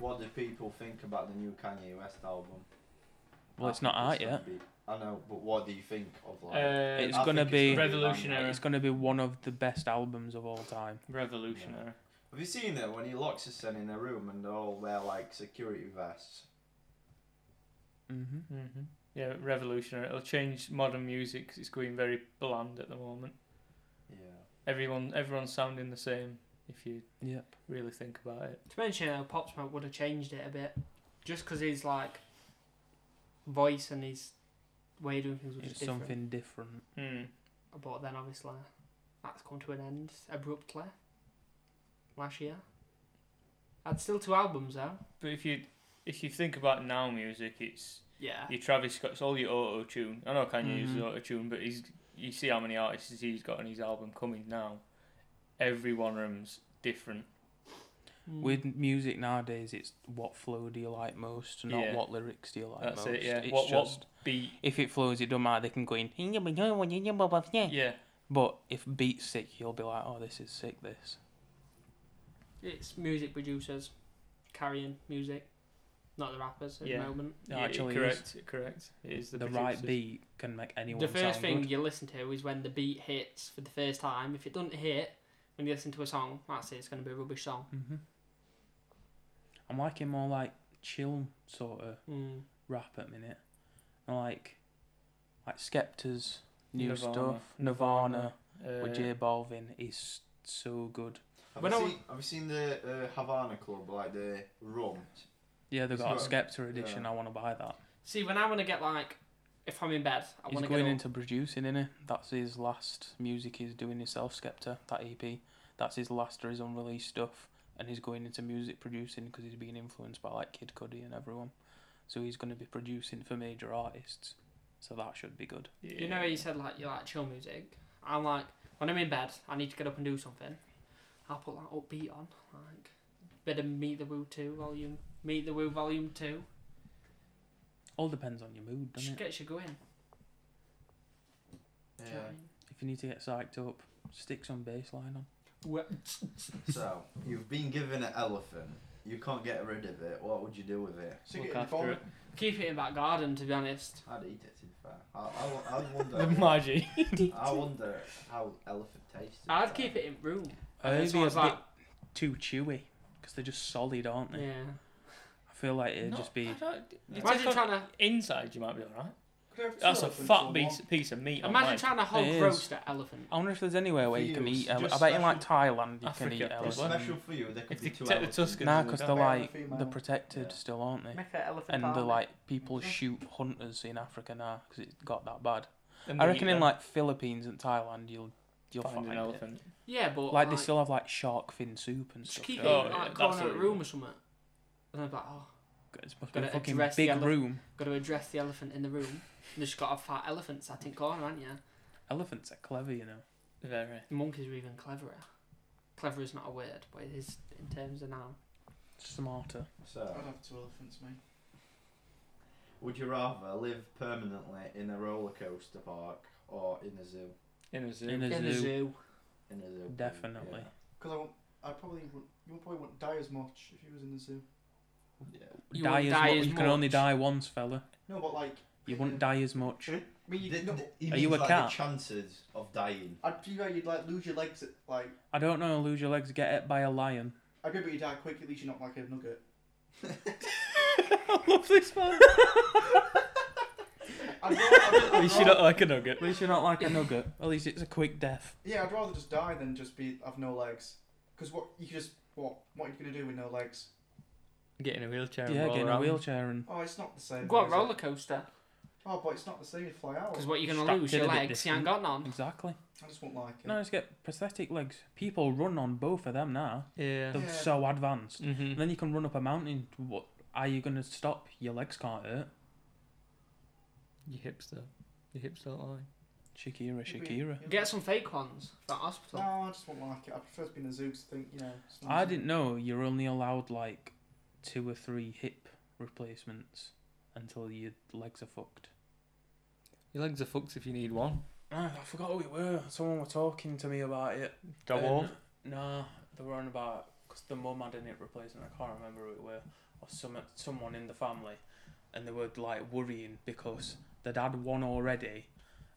H: What do people think about the new Kanye West album?
B: Well, it's not
H: I
B: out
H: think
B: yet.
H: it's gonna be- I know, but what do you think of like?
C: Uh,
B: It's
H: I
B: gonna
H: think
B: be-
H: gonna
C: Revolutionary.
B: It's gonna be one of the best albums of all time.
C: revolutionary.
H: Have you seen it when he locks us in in a room and they all wear like security vests?
B: Mm-hmm.
C: hmm Yeah, revolutionary. It'll change modern music 'cause it's going very bland at the moment.
H: Yeah.
C: Everyone, everyone's sounding the same. If you
B: Yep.
C: really think about it,
A: To mention, how Pop Smoke would have changed it a bit, just because his like voice and his way of doing things was
B: It's
A: just different.
B: something different.
C: mm.
A: But then obviously that's come to an end abruptly last year. I'd still two albums though.
C: but if you if you think about now music, it's
B: Ah.
A: Yeah.
C: your Travis Scott's all your auto tune. I know Kanye uses
B: Mhm.
C: auto tune, but he's you see how many artists he's got on his album coming now. Every one of them's different.
A: Mm.
B: With music nowadays, it's what flow do you like most, not
C: Yeah.
B: what lyrics do you like
C: That's
B: most.
C: it. Yeah.
B: It's
C: what
B: just
C: what beat?
B: if it flows, it don't matter. They can go in.
C: Yeah.
B: But if beat's sick, you'll be like, oh, this is sick. This.
A: it's music producers carrying music, not the rappers at
C: Yeah.
A: the moment.
B: It
C: yeah,
B: actually is.
C: correct. Correct. It is the,
B: The, right
C: producers.
B: beat can make anyone
A: the first
B: sound
A: thing
B: good.
A: you listen to is when the beat hits for the first time. If it doesn't hit when you listen to a song, that's it. It's going to be a rubbish song.
B: hmm I'm liking more like chill sort of
A: Mm.
B: rap at minute. And like, like Skepta's new
C: Nirvana.
B: stuff, Nirvana,
C: Uh,
B: with J Balvin is so good.
H: Have,
A: When I
H: you
A: was-
H: seen, have you seen the uh, Havana Club, like the rum?
B: Yeah, they
H: It's
B: got a
H: got-
B: Skepta edition.
H: yeah.
B: I want to buy that.
A: See, when I want to get like, if I'm in bed, I
B: he's
A: want to
B: going
A: get
B: into producing, innit? That's his last music he's doing himself, Skepta, that EP. That's his last or his unreleased stuff. And he's going into music producing because he's being influenced by like Kid Cudi and everyone. So he's going to be producing for major artists. So that should be good.
A: up. You know, how you said like you like chill music. I'm like, when I'm in bed, I need to get up and do something. I'll put that upbeat on, like bit of Meet the Woo Two Volume, Meet the Woo Volume Two.
B: All depends on your mood, doesn't
A: Just
B: it?
A: gets you going. Do you know what I mean?
B: If you need to get psyched up, stick some bass line on.
H: so you've been given an elephant. You can't get rid of it. What would you do with it?
E: So
C: Look
E: you get in the
C: after
E: forest.
A: Keep it in back garden, to be honest.
H: I'd eat it. To be fair, I, I, I wonder.
C: the magic.
H: I wonder how elephant tastes. to be
A: I'd
H: fair.
A: keep it in room.
B: I'd
A: It's
B: be a
A: always
B: bit
A: like,
B: too chewy because they're just solid, aren't they?
A: yeah.
B: I feel like it'd
C: Not-
B: just be.
C: I don't- you
H: It's
A: Imagine
C: take on-
A: trying to
C: Inside, you might be alright.
E: Could I have two
C: That's a
E: elephants or
C: fat
E: one?
C: piece, piece of meat. on
A: imagine
C: mine.
A: trying to hog
B: It is.
A: roast an elephant.
B: I wonder if there's anywhere where you can
H: Feels
B: eat. ele-
H: just
B: I bet in like Thailand you
C: Africa,
B: can eat
H: It's
C: Well,
B: elephant.
H: special for you. There could
C: If
H: be
C: you
H: two
C: take the
H: elephants.
C: tusk and
B: Nah,
C: do
B: because
C: that.
B: they're
E: Male and
B: like they're
E: female.
B: protected
H: Yeah.
B: still, aren't they?
A: Make an elephant.
B: And they're
A: farm.
B: like people
A: Mm-hmm.
E: Mhm.
B: shoot hunters in Africa now because it got that bad.
C: And
B: I
C: we eat
B: reckon in
C: them.
B: like Philippines and Thailand you'll you'll
C: find,
B: find,
C: an
B: it.
C: elephant.
A: Yeah, but
B: Like,
A: like,
B: they still have like shark fin soup and
A: just
B: stuff.
A: keep it
B: don't
A: in
C: Oh,
B: they?
C: yeah,
A: like a
C: that's
A: corner
C: what
A: of a
C: we
A: room
C: do.
A: or something. And I'm like, oh,
B: It's must be
A: gotta
B: a fucking
A: address the
B: big
A: ele-
B: room.
A: got to address the elephant in the room. And just got a fat elephant sat in corner, aren't you?
B: Elephants are clever, you know.
C: Very.
A: The monkeys are even cleverer. Clever is not a word, but it is in terms of now.
B: Smarter.
H: So,
E: I'd have two elephants, mate.
H: would you rather live permanently in a roller coaster park or in a zoo?
C: In a zoo.
B: In a
A: In the
B: zoo.
A: zoo.
H: In a zoo.
B: Definitely.
E: Because I won't. I probably wouldn't. You probably wouldn't die as much if you was in the zoo.
H: Yeah. yeah.
A: You
B: die
A: won't
B: as
A: die
B: mu-
A: as
B: you can only
A: much.
B: die once, fella.
E: No, but like.
B: You wouldn't die as much.
E: I mean,
H: The-
E: you'd, no,
H: the- he
B: Are you
H: means,
B: a
H: like,
B: cat?
H: The chances of dying.
E: I'd you know, you'd like lose your legs. At, like
B: I don't know. Lose your legs, get hit by a lion.
E: I bet you die quick. At least you're not like a nugget.
B: I love this man.
E: I'd rather,
C: At least you don't like a nugget.
B: At least you're not like a nugget. At least it's a quick death.
E: yeah, I'd rather just die than just be have no legs. Because what you could just what what are you gonna do with no legs?
C: Get in a wheelchair.
B: yeah,
C: and roll
B: get in a
C: around.
B: wheelchair and
E: Oh, it's not the same.
A: Go on
E: though, is it?
A: roller coaster.
E: Oh, but it's not the same. You fly out.
A: Because what you're going to
B: Strapped
A: lose,
B: in
A: your
B: a bit
A: legs, you ain't got none.
B: exactly.
E: I just won't like it.
B: No, just get prosthetic legs. People run on both of them now.
C: Yeah.
B: They're
E: Yeah.
B: so advanced.
C: Mm-hmm.
B: And then you can run up a mountain. What are you gonna stop? Your legs can't hurt.
C: Your hips though. Your hips don't lie.
B: Shakira,
E: It'd be-
B: Shakira.
E: it'd be-
A: Get some fake ones. That hospital.
E: No, I just won't like it. I prefer to be in a zoo 'cause I think, you know. it's nice.
B: I didn't know you're only allowed like two or three hip replacements until your legs are fucked.
C: Your legs are fucked if you need one.
B: Ah, I forgot who we were. Someone were talking to me about it.
C: Go
B: Um,
C: on.
B: Nah, they were on about because the mum had an hip replacement. I can't remember who it were or some someone in the family, and they were like worrying because they'd had one already,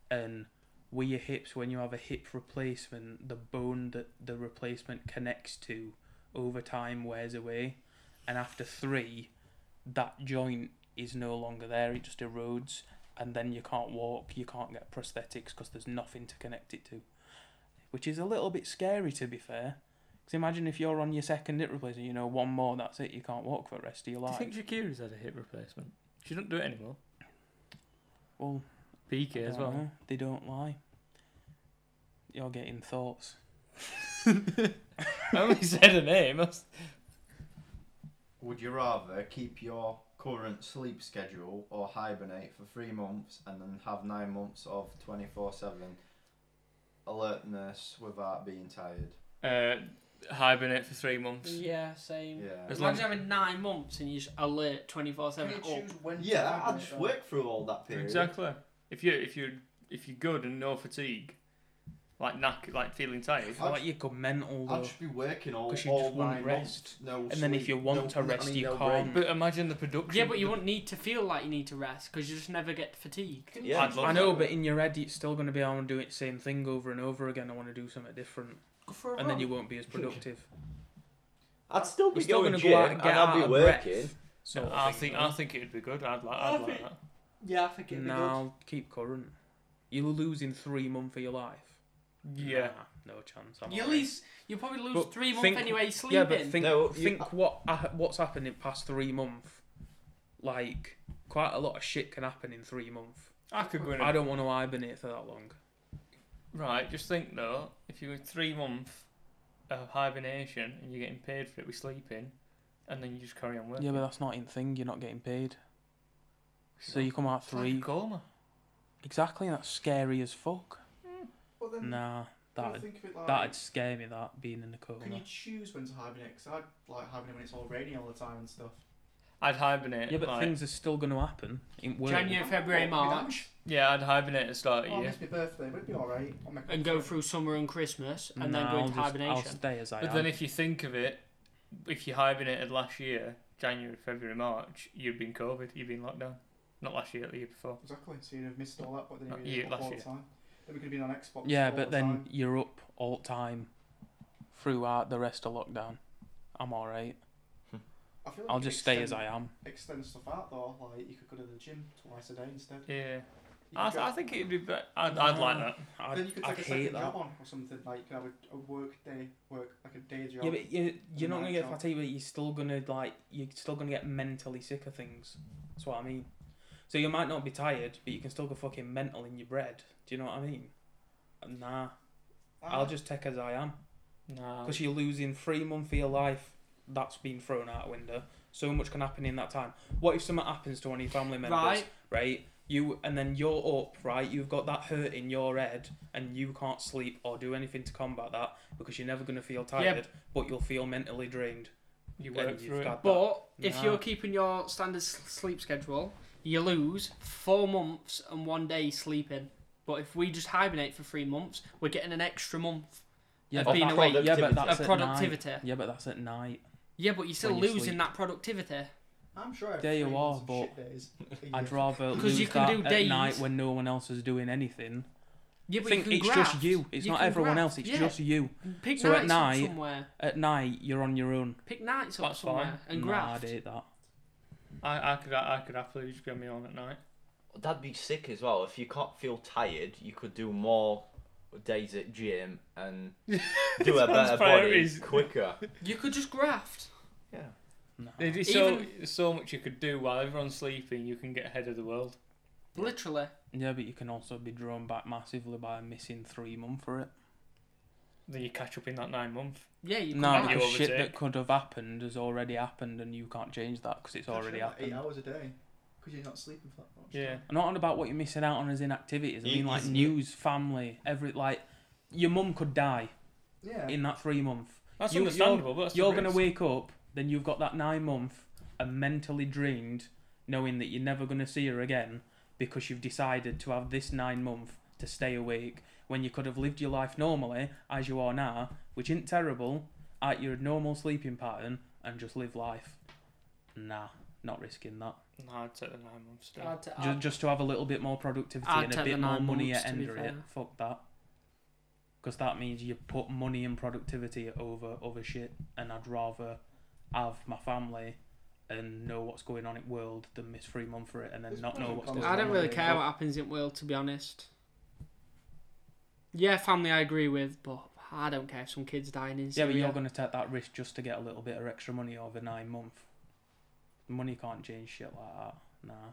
B: and with your hips when you have a hip replacement, the bone that the replacement connects to over time wears away, and after three, that joint is no longer there. It just erodes. And then you can't walk, you can't get prosthetics because there's nothing to connect it to which is a little bit scary to be fair. Because imagine if you're on your second hip replacement, you know, one more, that's it, you can't walk for the rest of your
C: Do you
B: life.
C: think Shakira's had a hip replacement? She doesn't do it anymore.
B: well, I
C: BK as
B: don't
C: well.
B: know. They don't lie. You're getting thoughts.
C: I only said her name. I was-
H: Would you rather keep your current sleep schedule or hibernate for three months and then have nine months of 24 7 alertness without being tired?
C: Uh, hibernate for three months.
A: Yeah, same.
H: Yeah.
C: As
A: As
C: long-
A: long as having nine months and you just alert twenty four
E: Can
A: seven
E: you
A: up.
E: choose when to
H: Yeah,
E: hibernate,
H: I'd just
E: though?
H: work through all that period.
C: Exactly. If you if you if you're good and no fatigue, like knack, like feeling tired.
B: I feel like you go mental
H: I'd
B: though.
H: just be working all,
B: 'Cause you
H: all
B: just wanna
H: nine
B: rest.
H: months. No
B: And then if
H: sleep,
B: you want
H: no-
B: to rest,
H: I mean,
B: you
H: no
B: can't.
H: break.
C: But imagine the production.
A: Yeah, but you won't need to feel like you need to rest because you just never get fatigued.
G: Yeah,
C: I'd love
B: I know,
C: that.
B: but in your head, it's still going to be, I want to do it same thing over and over again. I want to do something different.
A: Go for a
B: And then
A: run.
B: you won't be as productive.
G: I'd still be
B: You're still
G: going
B: gonna
G: gym
B: go out and
G: and
B: get
G: I'd
B: out
G: be
B: of breath.
G: working.
C: So
B: sort of
C: I
B: thing,
C: think
B: though.
C: I think it'd be good. I'd like.
A: I
C: I'd like
A: think-
C: that.
A: Yeah, I think it'd be
B: No, I'll keep current. You're losing three months of your life.
C: Yeah.
B: Nah, no chance. I'm
A: good. You at
B: alright.
A: least you probably lose
B: But
A: three months
B: think-
A: anyway sleeping.
B: Yeah, but think
G: No, you-
B: think what ha- what's happened in past three months. Like quite a lot of shit can happen in three months.
C: I could go in.
B: I don't want to hibernate for that long.
C: Right, just think though, if you were three month of hibernation and you're getting paid for it with sleeping, and then you just carry on working.
B: Yeah, but that's not in thing. You're not getting paid, so
C: It's
B: you come out
C: like a
B: three
C: coma.
B: exactly, and that's scary as fuck.
E: Well, then,
B: Nah,
E: when you
B: that'd
E: think of it like,
B: that'd scare me. That being in the coma.
E: Can you choose when to hibernate? Because I'd like hibernate when it's all rainy all the time and stuff.
C: I'd hibernate.
B: Yeah, but
C: like-
B: things are still going to happen. It will.
A: January, February, March,
C: Yeah, I'd hibernate at the start of
E: Oh,
C: the
E: I
C: year.
E: missed my birthday, but it'd be alright. I'll make up
A: and go
E: for
A: through summer and Christmas, and
B: Nah,
A: then go
B: I'll
A: into
B: just- I'll
A: hibernation.
B: stay as I
C: But
B: am.
C: then if you think of it, if you hibernated last year, January, February, March, you'd been COVID, you'd been locked down. Not last year, the year before.
E: it. Exactly. So you'd have missed all that,
B: Uh,
E: but then
C: Not
E: you'd
C: you,
E: be up all
C: last
E: the
C: year.
E: time. Then we could have been on Xbox.
B: Yeah,
E: all
B: but
E: the
B: then
E: time.
B: you're up all time throughout the rest of lockdown. I'm alright.
E: I feel like
B: I'll
E: you could
B: just stay as I
E: extend-
B: am.
E: Extend stuff out though. Like you could go to the gym twice a day instead.
C: Yeah,
E: You
C: I,
E: could go-
C: I think it'd be. Be- I'd, I'd like that.
B: I'd,
E: then you could
B: I'd
E: take a second
B: hate that.
E: job on or something. Like you could have a, a work day, work like a day job.
B: Yeah, but you, you're not
E: night
B: gonna get
E: job.
B: fatigued, but you're still gonna like you're still gonna get mentally sick of things. That's what I mean. So you might not be tired, but you can still go fucking mental in your bread. Do you know what I mean? Nah,
E: Ah.
B: I'll just take as I am.
C: Nah.
B: because you're losing three months of your life that's been thrown out a window. So much can happen in that time. What if something happens to one of your family members, right?
A: Right.
B: You and then you're up, right? You've got that hurt in your head, and you can't sleep or do anything to combat that because you're never gonna feel tired, but you'll feel mentally drained.
C: You
B: and
C: work
B: you've
C: through it.
B: got that.
A: But if
B: Nah.
A: you're keeping your standard s- sleep schedule, you lose four months and one day sleeping. But if we just hibernate for three months, we're getting an extra month
B: yeah,
A: Of
B: but
A: being
B: that-
A: awake.
B: yeah, but that's
A: of
B: at night.
A: productivity.
B: Yeah, but that's at night.
A: Yeah, but you're still
B: When you
A: losing
B: sleep.
A: that productivity.
E: I'm sure. I have
B: There you
E: three
B: are,
E: months of
B: but
E: shit days a
B: I'd
E: year.
B: rather
A: 'Cause
B: lose
A: you can
B: that
A: do
B: at
A: days.
B: night when no one else is doing anything.
A: Yeah, but
B: Think
A: you can
B: it's
A: graft.
B: just you. It's
A: You
B: not
A: can
B: everyone
A: graft,
B: else. It's
A: yeah.
B: just you.
A: Pick
B: So
A: nights
B: at
A: up
B: night-
A: somewhere.
B: At night, you're on your own.
A: Pick nights up
C: That's
A: somewhere
C: fine.
A: and
B: Nah,
A: graft.
B: I'd hate that.
C: I, I could I could absolutely just go me on at night.
G: That'd be sick as well. If you can't feel tired, you could do more days at gym and do a better body
C: priorities.
G: quicker.
A: You could just graft.
B: Nah.
C: There's so so much you could do while everyone's sleeping. You can get ahead of the world.
A: Literally.
B: Yeah, but you can also be drawn back massively by missing three months for it.
C: Then you catch up in that nine month.
A: Yeah, you could
B: No,
A: graft.
C: you
B: because shit
C: overtake.
B: that could have happened has already happened, and you can't change that because it's
E: Actually,
B: already
E: like, Eight
B: happened.
E: hours a day. 'Cause because you're not sleeping for that much.
C: Yeah.
B: I'm not on about what you're missing out on as inactivities. I
H: It
B: mean, like
H: is-
B: news, family, every like. Your mum could die
E: Yeah.
B: in that three month.
C: That's
B: You-
C: understandable, but that's the
B: You're gonna
C: risk.
B: wake up, then you've got that nine month, and mentally drained, knowing that you're never gonna see her again because you've decided to have this nine month to stay awake when you could have lived your life normally as you are now, which isn't terrible, at your normal sleeping pattern and just live life. Nah, not risking that.
C: Nah, I'd take the nine months. Still.
A: I'd, t-
B: Ju-
A: I'd,
B: just, to have a little bit more productivity
A: I'd
B: and a
A: take the
B: bit more
A: nine
B: money
A: months,
B: at
A: to be
B: end of it.
A: fair.
B: Fuck that. Because that means you put money and productivity over other shit, and I'd rather have my family and know what's going on in world than miss three months for it and then
E: There's
B: not know
E: pros
B: what's
E: and
B: going
E: cons.
B: on.
A: I don't really
E: Family,
A: care
E: but-
A: what happens in world, to be honest. Yeah, family I agree with, but I don't care if some kids dying in
B: Yeah,
A: Syria.
B: but you're going to take that risk just to get a little bit of extra money over nine months. Money can't change shit like that. Nah.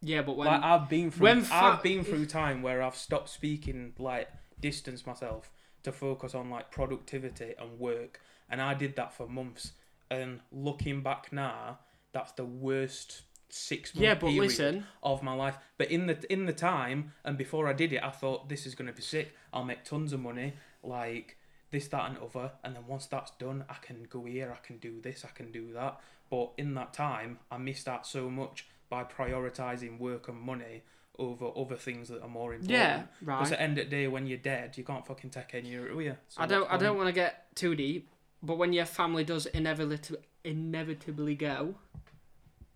A: Yeah, but when
B: like I've been through,
A: when fa-
B: I've been through time where I've stopped speaking, like distance myself to focus on like productivity and work, and I did that for months. And looking back now, that's the worst six month
A: yeah, but
B: period
A: listen,
B: of my life. But in the in the time and before I did it, I thought this is gonna be sick. I'll make tons of money, like this, that, and other. And then once that's done, I can go here, I can do this, I can do that. But in that time, I missed out so much by prioritizing work and money over other things that are more important.
A: yeah,
B: Because
A: right.
B: at the end of the day, when you're dead, you can't fucking take any of it with you. So
A: I don't,
B: what's
A: I don't
B: point?
A: want to get too deep, but when your family does inevitably inevitably go,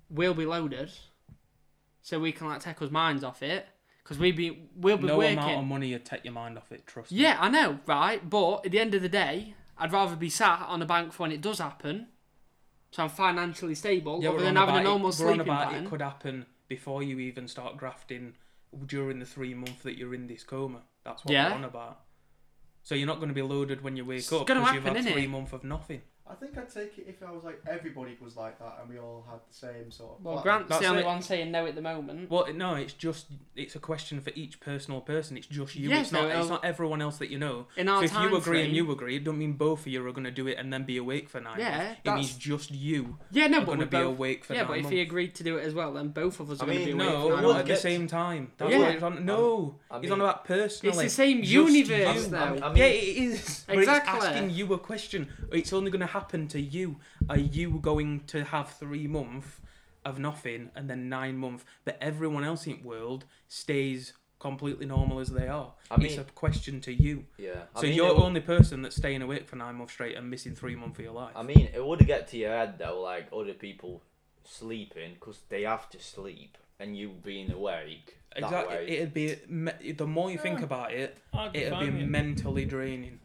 A: we'll be loaded, so we can like take us minds off it because we be we'll be
B: No
A: working.
B: amount of money would take your mind off it. Trust me.
A: Yeah, I know, right? But at the end of the day, I'd rather be sat on a bank for when it does happen, so I'm financially stable,
B: Yeah,
A: rather
B: we're
A: than
B: on
A: having a
B: about it-
A: normal
B: we're on
A: sleeping
B: about
A: pattern.
B: It could happen before you even start grafting during the three month that you're in this coma. That's what
A: Yeah.
B: we're on about. So you're not going to be loaded when you wake
A: It's
B: up
A: gonna
B: because you've
A: happen,
B: had
A: innit?
B: three months of nothing.
E: I think I'd take it if I was like everybody was like that and we all had the same sort of.
A: Well,
E: plan.
A: Grant's
B: That's
A: the only
B: it.
A: one saying no at the moment.
B: Well, no, it's just it's a question for each personal person. It's just you.
A: Yeah,
B: it's
A: so
B: not. It's
A: it'll-
B: not everyone else that you know.
A: In our
B: So if
A: time
B: you agree
A: frame,
B: and you agree, it don't mean both of you are going to do it and then be awake for nine.
A: Yeah,
B: months. it
A: that's-
B: means just you
A: yeah, no,
B: are
A: but
B: going to
A: we
B: be
A: both.
B: awake for
A: Yeah,
B: nine
A: but if
B: months.
A: he agreed to do it as well, then both of us are
G: I
A: going to be
G: mean,
A: awake.
B: no,
A: for nine
B: not at
A: months.
B: the
G: months.
B: same time. That's
A: Yeah.
B: what he's on. No,
G: I
B: he's on
G: mean-
B: about
A: It's
B: personally.
A: the same
B: Just
A: universe,
B: you.
A: though.
G: I'm- I
B: yeah,
G: mean,
B: it is. But
A: Exactly.
B: it's asking you a question. It's only going to happen to you. Are you going to have three month of nothing and then nine month? But everyone else in the world stays completely normal as they are.
G: I mean,
B: it's a question to you.
G: yeah. I
B: So
G: mean,
B: you're
G: it
B: the
G: would-
B: only person that's staying awake for nine months straight and missing three months of your life.
G: I mean, it would get to your head though, like other people sleeping because they have to sleep, and you being awake. That
B: exactly.
G: Way.
B: It'd be me- the more you think about it,
C: I'd be
B: it'd be
C: fine with it.
B: mentally draining.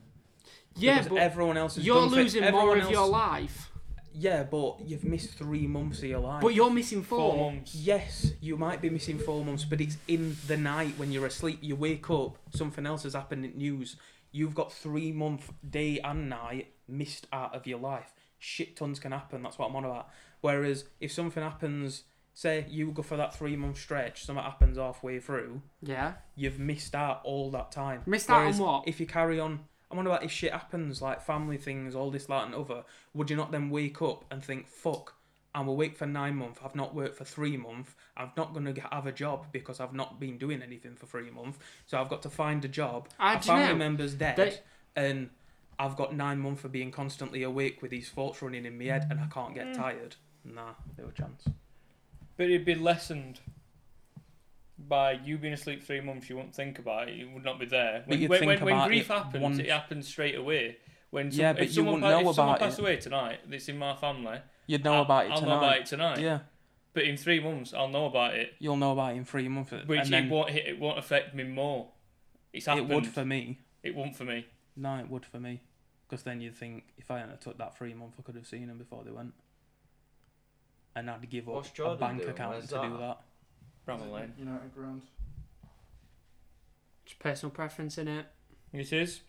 A: yeah,
B: because
A: but
B: everyone else is
A: you're losing more of your
B: life.
A: life,
B: Yeah, but you've missed three months of your life.
A: but you're missing four.
C: Four months.
B: Yes, you might be missing four months, but it's in the night when you're asleep. You wake up, something else has happened in news. You've got three month day and night missed out of your life. Shit tons can happen. That's what I'm on about. Whereas if something happens, say you go for that three month stretch, something happens halfway through,
A: Yeah,
B: you've missed out all that time.
A: Missed out on
B: Whereas
A: what?
B: If you carry on, I'm on about if shit happens, like family things, all this, that, and other. Would you not then wake up and think, fuck, I'm awake for nine months. I've not worked for three months. I'm not gonna g- have a job because I've not been doing anything for three months. So I've got to find a job.
A: I
B: My
A: do
B: family
A: know.
B: member's dead,
A: They-
B: and I've got nine months for being constantly awake with these thoughts running in my head, and I can't
A: Mm.
B: get tired. Nah, no chance.
C: But it'd be lessened by you being asleep three months. You won't think about it. You would not be there. When,
B: you'd
C: when,
B: think
C: when, when
B: about
C: grief
B: it
C: happens,
B: once-
C: it happens straight away. When some,
B: Yeah,
C: if
B: but you
C: someone,
B: wouldn't
C: pa-
B: know
C: if someone
B: about
C: passed
B: it.
C: away tonight, that's in my family.
B: You'd know
C: I-
B: about it
C: I'll
B: tonight.
C: know about it tonight.
B: Yeah,
C: But in three months, I'll know about it,
B: you'll know about it in three months.
C: which
B: and then
C: it won't hit, it won't affect me more. It's
B: it
C: happened.
B: would for me.
C: It won't for me.
B: No, it would for me. Because then you'd think, if I hadn't have took that three month, I could have seen them before they went. And I'd give up
G: What's
B: a
G: Jordan
B: bank
G: doing?
B: account
G: Where's
B: to do
G: that?
B: that.
C: Bramall Lane.
E: You know, at Grant.
A: Just personal preference in it.
C: It is.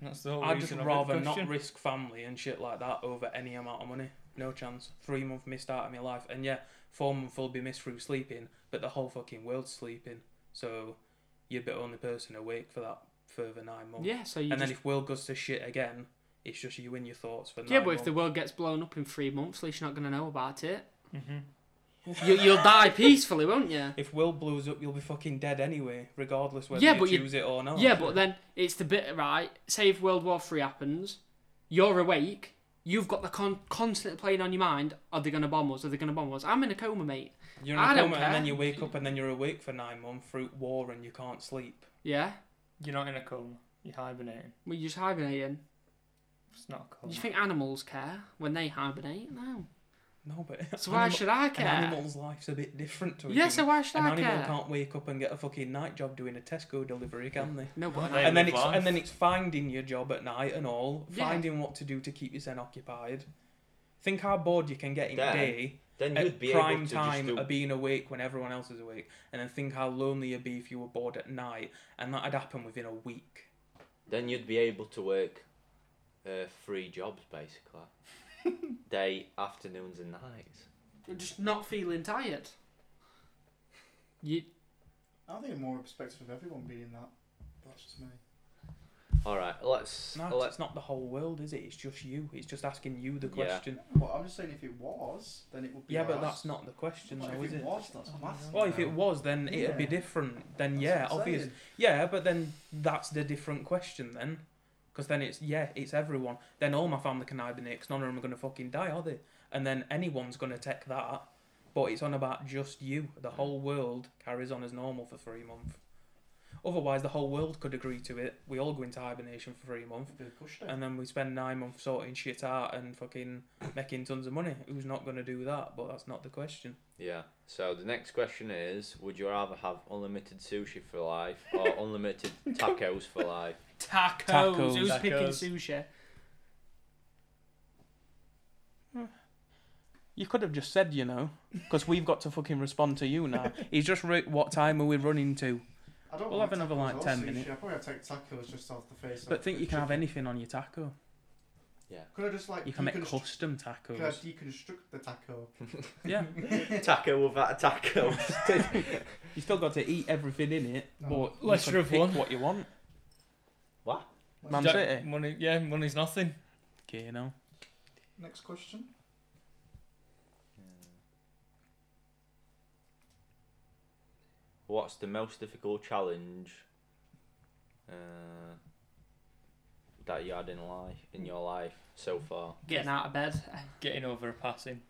C: That's the whole
B: I'd just
C: reason of
B: rather
C: the
B: not
C: question.
B: risk family and shit like that over any amount of money. No chance. Three month missed out of my life. And yeah, four month will be missed through sleeping, but the whole fucking world's sleeping. So you'd be the only person awake for that further nine months.
A: Yeah, so you
B: and
A: just
B: then if world goes to shit again, it's just you and your thoughts for nine
A: Yeah, but
B: months.
A: if the world gets blown up in three months, at least you're not going to know about it.
C: Mhm.
A: You, you'll die peacefully, won't you?
B: If Will blows up, you'll be fucking dead anyway, regardless whether
A: Yeah,
B: you
A: but you-
B: choose it or not.
A: yeah, but then it's the bit right. Say if World War Three happens, you're awake. You've got the con- constantly playing on your mind. Are they gonna bomb us? Are they gonna bomb us? I'm in a coma, mate.
B: You're in a
A: I don't
B: coma and then
A: care.
B: you wake up and then you're awake for nine months through war and you can't sleep.
A: Yeah,
C: You're not in a coma. You're hibernating.
A: we're just hibernating.
C: It's not a
A: Do
C: coma.
A: you think animals care when they hibernate? No.
B: No, but
A: So why
B: animal-
A: should I
B: an
A: care?
B: animal's life's a bit different to a
A: Yeah,
B: human.
A: so why should
B: An
A: I
B: animal
A: care?
B: can't wake up and get a fucking night job doing a Tesco delivery, can they?
A: No, but
C: They
B: and then
C: live
B: it's
C: life.
B: and then it's finding your job at night and all,
A: Yeah.
B: finding what to do to keep yourself occupied. Think how bored you can get in a
G: Then
B: day
G: Then you'd
B: at
G: be
B: prime
G: able to
B: time
G: just do.
B: of being awake when everyone else is awake, and then think how lonely you'd be if you were bored at night, and that'd happen within a week.
G: Then you'd be able to work uh, three jobs basically, day, afternoons, and nights.
A: You're just not feeling tired. You,
E: I think more perspective of everyone being that. That's just me.
B: Hmm.
G: All right, let's
B: No, 'cause
G: let's.
B: it's not the whole world, is it? It's just you. It's just asking you the
G: Yeah.
B: question.
E: But I'm just saying, if it was, then it would be.
B: Yeah, but
E: us.
B: that's not the question,
E: Well,
B: though,
E: if
B: is
E: it
B: it?
E: was, that's what I'm asking.
B: Well, if it was, then it'd be
E: Yeah.
B: different. Then
E: That's
B: yeah,
E: what I'm
B: obvious.
E: saying.
B: Yeah, but then that's the different question then, because then it's yeah, it's everyone. Then all my family can hibernate, 'cause none of them are gonna fucking die, are they? And then anyone's gonna take that. But it's on about just you. The whole world carries on as normal for three months. Otherwise, the whole world could agree to it. We all go into hibernation for three months,
E: It'd be a push day.
B: and then we spend nine months sorting shit out and fucking making tons of money. Who's not gonna do that? But that's not the question.
G: Yeah. So the next question is: Would you rather have unlimited sushi for life or unlimited tacos for life?
A: tacos.
B: Tacos.
A: Who's picking
C: Tacos.
A: sushi?
B: You could have just said, you know, because we've got to fucking respond to you now. He's just wrote, what time are we running to?
E: I don't
B: We'll
E: like
B: have another,
E: tacos
B: like,
E: or
B: 10
E: sushi.
B: minute.
E: I probably have to take tacos just off the face.
B: But think you can have anything on your taco.
E: Could I just like
B: You can make
E: deconstru-
B: custom
E: Could I
B: tacos.
E: deconstruct the taco?
B: Yeah,
G: taco without a taco.
B: you still got to eat everything in it,
E: No.
B: but
C: Lesser
B: you can
C: of
B: pick
C: one.
B: what you want. Man
C: Don't-
B: City.
C: Money, yeah, money's nothing.
B: Okay, you know.
E: Next question.
G: What's the most difficult challenge uh, that you had in life in your life so far?
A: Getting out of bed.
C: Getting over a passing.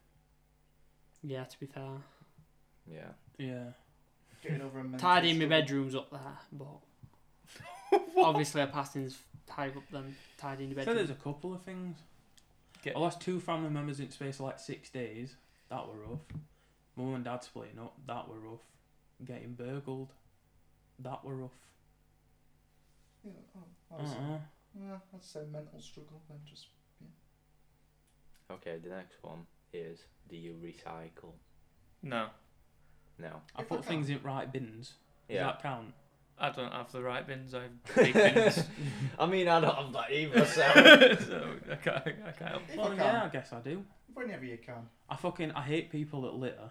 A: Yeah, to be fair.
G: Yeah.
B: Yeah.
E: Getting over a mental
A: Tidying my
E: struggle.
A: bedroom's up there, but obviously a passing's higher up than tidying the
B: So
A: bedroom.
B: there's a couple of things.
C: Get-
B: I lost two family members in space of like six days. That were rough. Mum and dad splitting up. That were rough. Getting burgled. That were rough.
E: Yeah, oh, I was-
B: Uh-uh.
E: yeah, I'd say mental struggle. Then just
G: Okay. The next one is: Do you recycle?
C: No,
G: No.
B: I
E: If I
B: put things in right bins. Does
G: Yeah.
B: that count?
C: I don't have the right bins. I have big bins.
G: I mean, I don't have that either. So.
C: so I can't, I can't help.
E: If I
B: Well,
E: can,
B: yeah, I guess I do.
E: whenever you can.
B: I fucking I hate people that litter.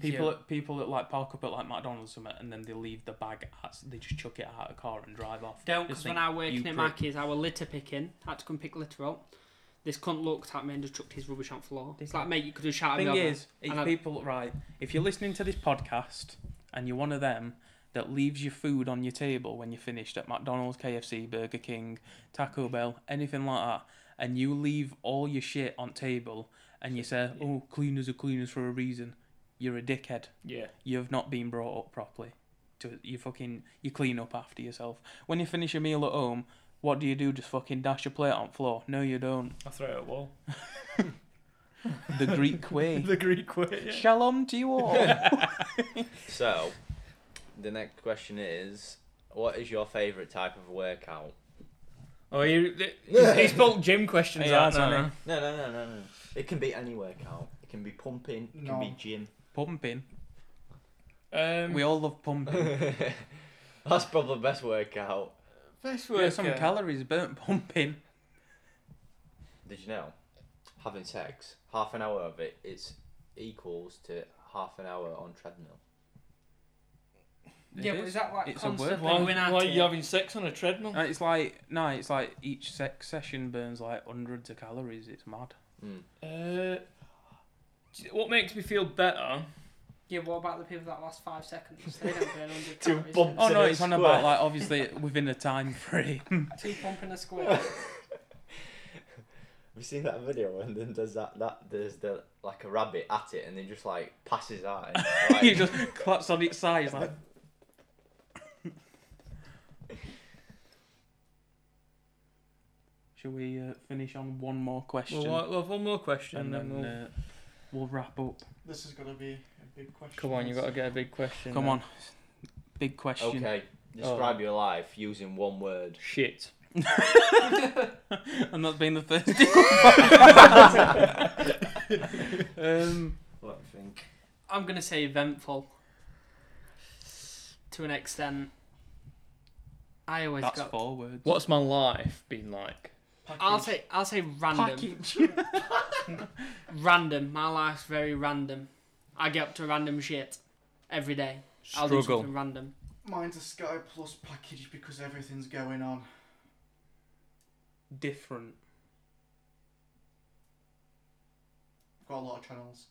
B: People
C: Yeah.
B: that people that like park up at like McDonald's or something and then they leave the bag at they just chuck it out of the car and drive off.
A: Don't,
B: Just
A: because when
B: think,
A: I was working
B: you
A: at
B: prick.
A: Mackie's, I was litter picking. had to come pick litter up. This cunt looked at me and just chucked his rubbish on the floor. It's like, mate, you could have shouted
B: Thing
A: me
B: is, it's
A: And I-
B: people right. If you're listening to this podcast and you're one of them that leaves your food on your table when you're finished at McDonald's, KFC, Burger King, Taco Bell, anything like that, and you leave all your shit on table and you say, "Oh, cleaners are cleaners for a reason," you're a dickhead.
C: Yeah.
B: you have not been brought up properly. To you fucking you clean up after yourself. When you finish your meal at home, what do you do? Just fucking dash your plate on the floor? No, you don't.
C: I throw it at wall.
B: The Greek way.
C: the Greek way. yeah.
B: Shalom to you all.
G: So, the next question is: What is your favourite type of workout?
C: Oh, you, he's, he's built gym questions
B: Hey,
C: out
B: that's on
C: now.
G: No, no, no, no, no. It can be any workout. It can be pumping. It
E: No.
G: can be gym.
B: pumping.
C: Um,
B: We all love pumping.
G: That's probably the best workout.
C: best
B: yeah, some
C: workout.
B: calories burnt pumping.
G: Did you know? Having sex, half an hour of it is equals to half an hour on treadmill.
A: Yeah, but is that like
B: It's a
A: constantly
B: word.
C: Why,
A: going at
C: why are
A: it?
C: you having sex on a treadmill?
B: Uh, It's like no, it's like each
G: Hmm.
B: sex session burns like hundreds of calories. It's mad.
G: Mm.
C: Uh, What makes me feel better?
A: Yeah, what about the people that last five seconds? They don't burn 100
G: Two
A: calories.
G: bumps.
B: Oh
G: So
B: no,
G: it's
B: it's on
G: square.
B: about like obviously within a time frame.
A: Two pump in a square.
G: Have you seen that video when then does that that there's the like a rabbit at it and then just like passes out. And, like,
B: it just claps on its sides like. Shall we uh, finish on one more question?
C: Well, we'll have one more question,
B: and then
C: we'll.
B: uh, we'll wrap up.
E: This is gonna be a big question.
C: Come on, you got to get a big question.
B: Come
C: now.
B: on, big question.
G: okay, describe your life using one word.
C: Shit.
B: I'm not being the first. um,
H: Let me think.
A: I'm gonna say eventful. To an extent. I always
B: that's
A: got.
B: four words.
C: What's my life been like?
A: I'll say. I'll say random. random. My life's very random. I get up to random shit every day. I'll do
B: Struggle.
A: something random.
E: Mine's a Sky Plus package because everything's going on.
B: Different.
E: I've got a lot of channels.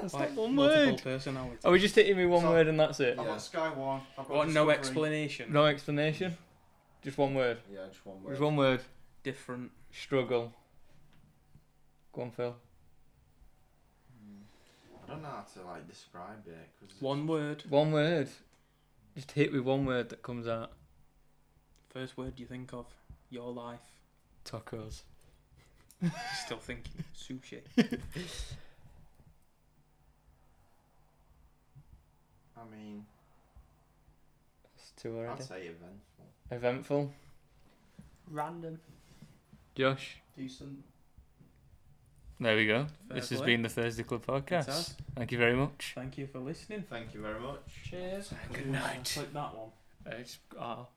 C: That's
B: Like,
C: not one
B: multiple
C: word.
B: personality.
C: Are we just hitting me one
E: So-
C: word and that's it?
E: I've
H: Yeah.
E: got Sky One. I've got
B: What, no
E: Discovery.
B: explanation.
C: No explanation. Just one word.
H: Yeah, just one word.
C: Just one word.
B: Different.
C: Struggle. Go on, Phil.
H: I don't know how to like describe it. Cause
B: One word.
C: One word. Just hit with one word that comes out.
B: First word you think of. Your life.
C: Tacos.
B: Still thinking sushi.
H: I mean,
C: That's two already.
H: I'd say eventful.
C: Eventful.
A: Random.
C: Josh.
E: Decent.
C: There we go.
B: Fair
C: this has
B: play.
C: been the Thursday Club
B: It
C: podcast.
B: has.
C: Thank you very much.
B: Thank you for listening.
H: Thank you very much.
A: Cheers.
B: Good night. Click that one.
C: It's, oh.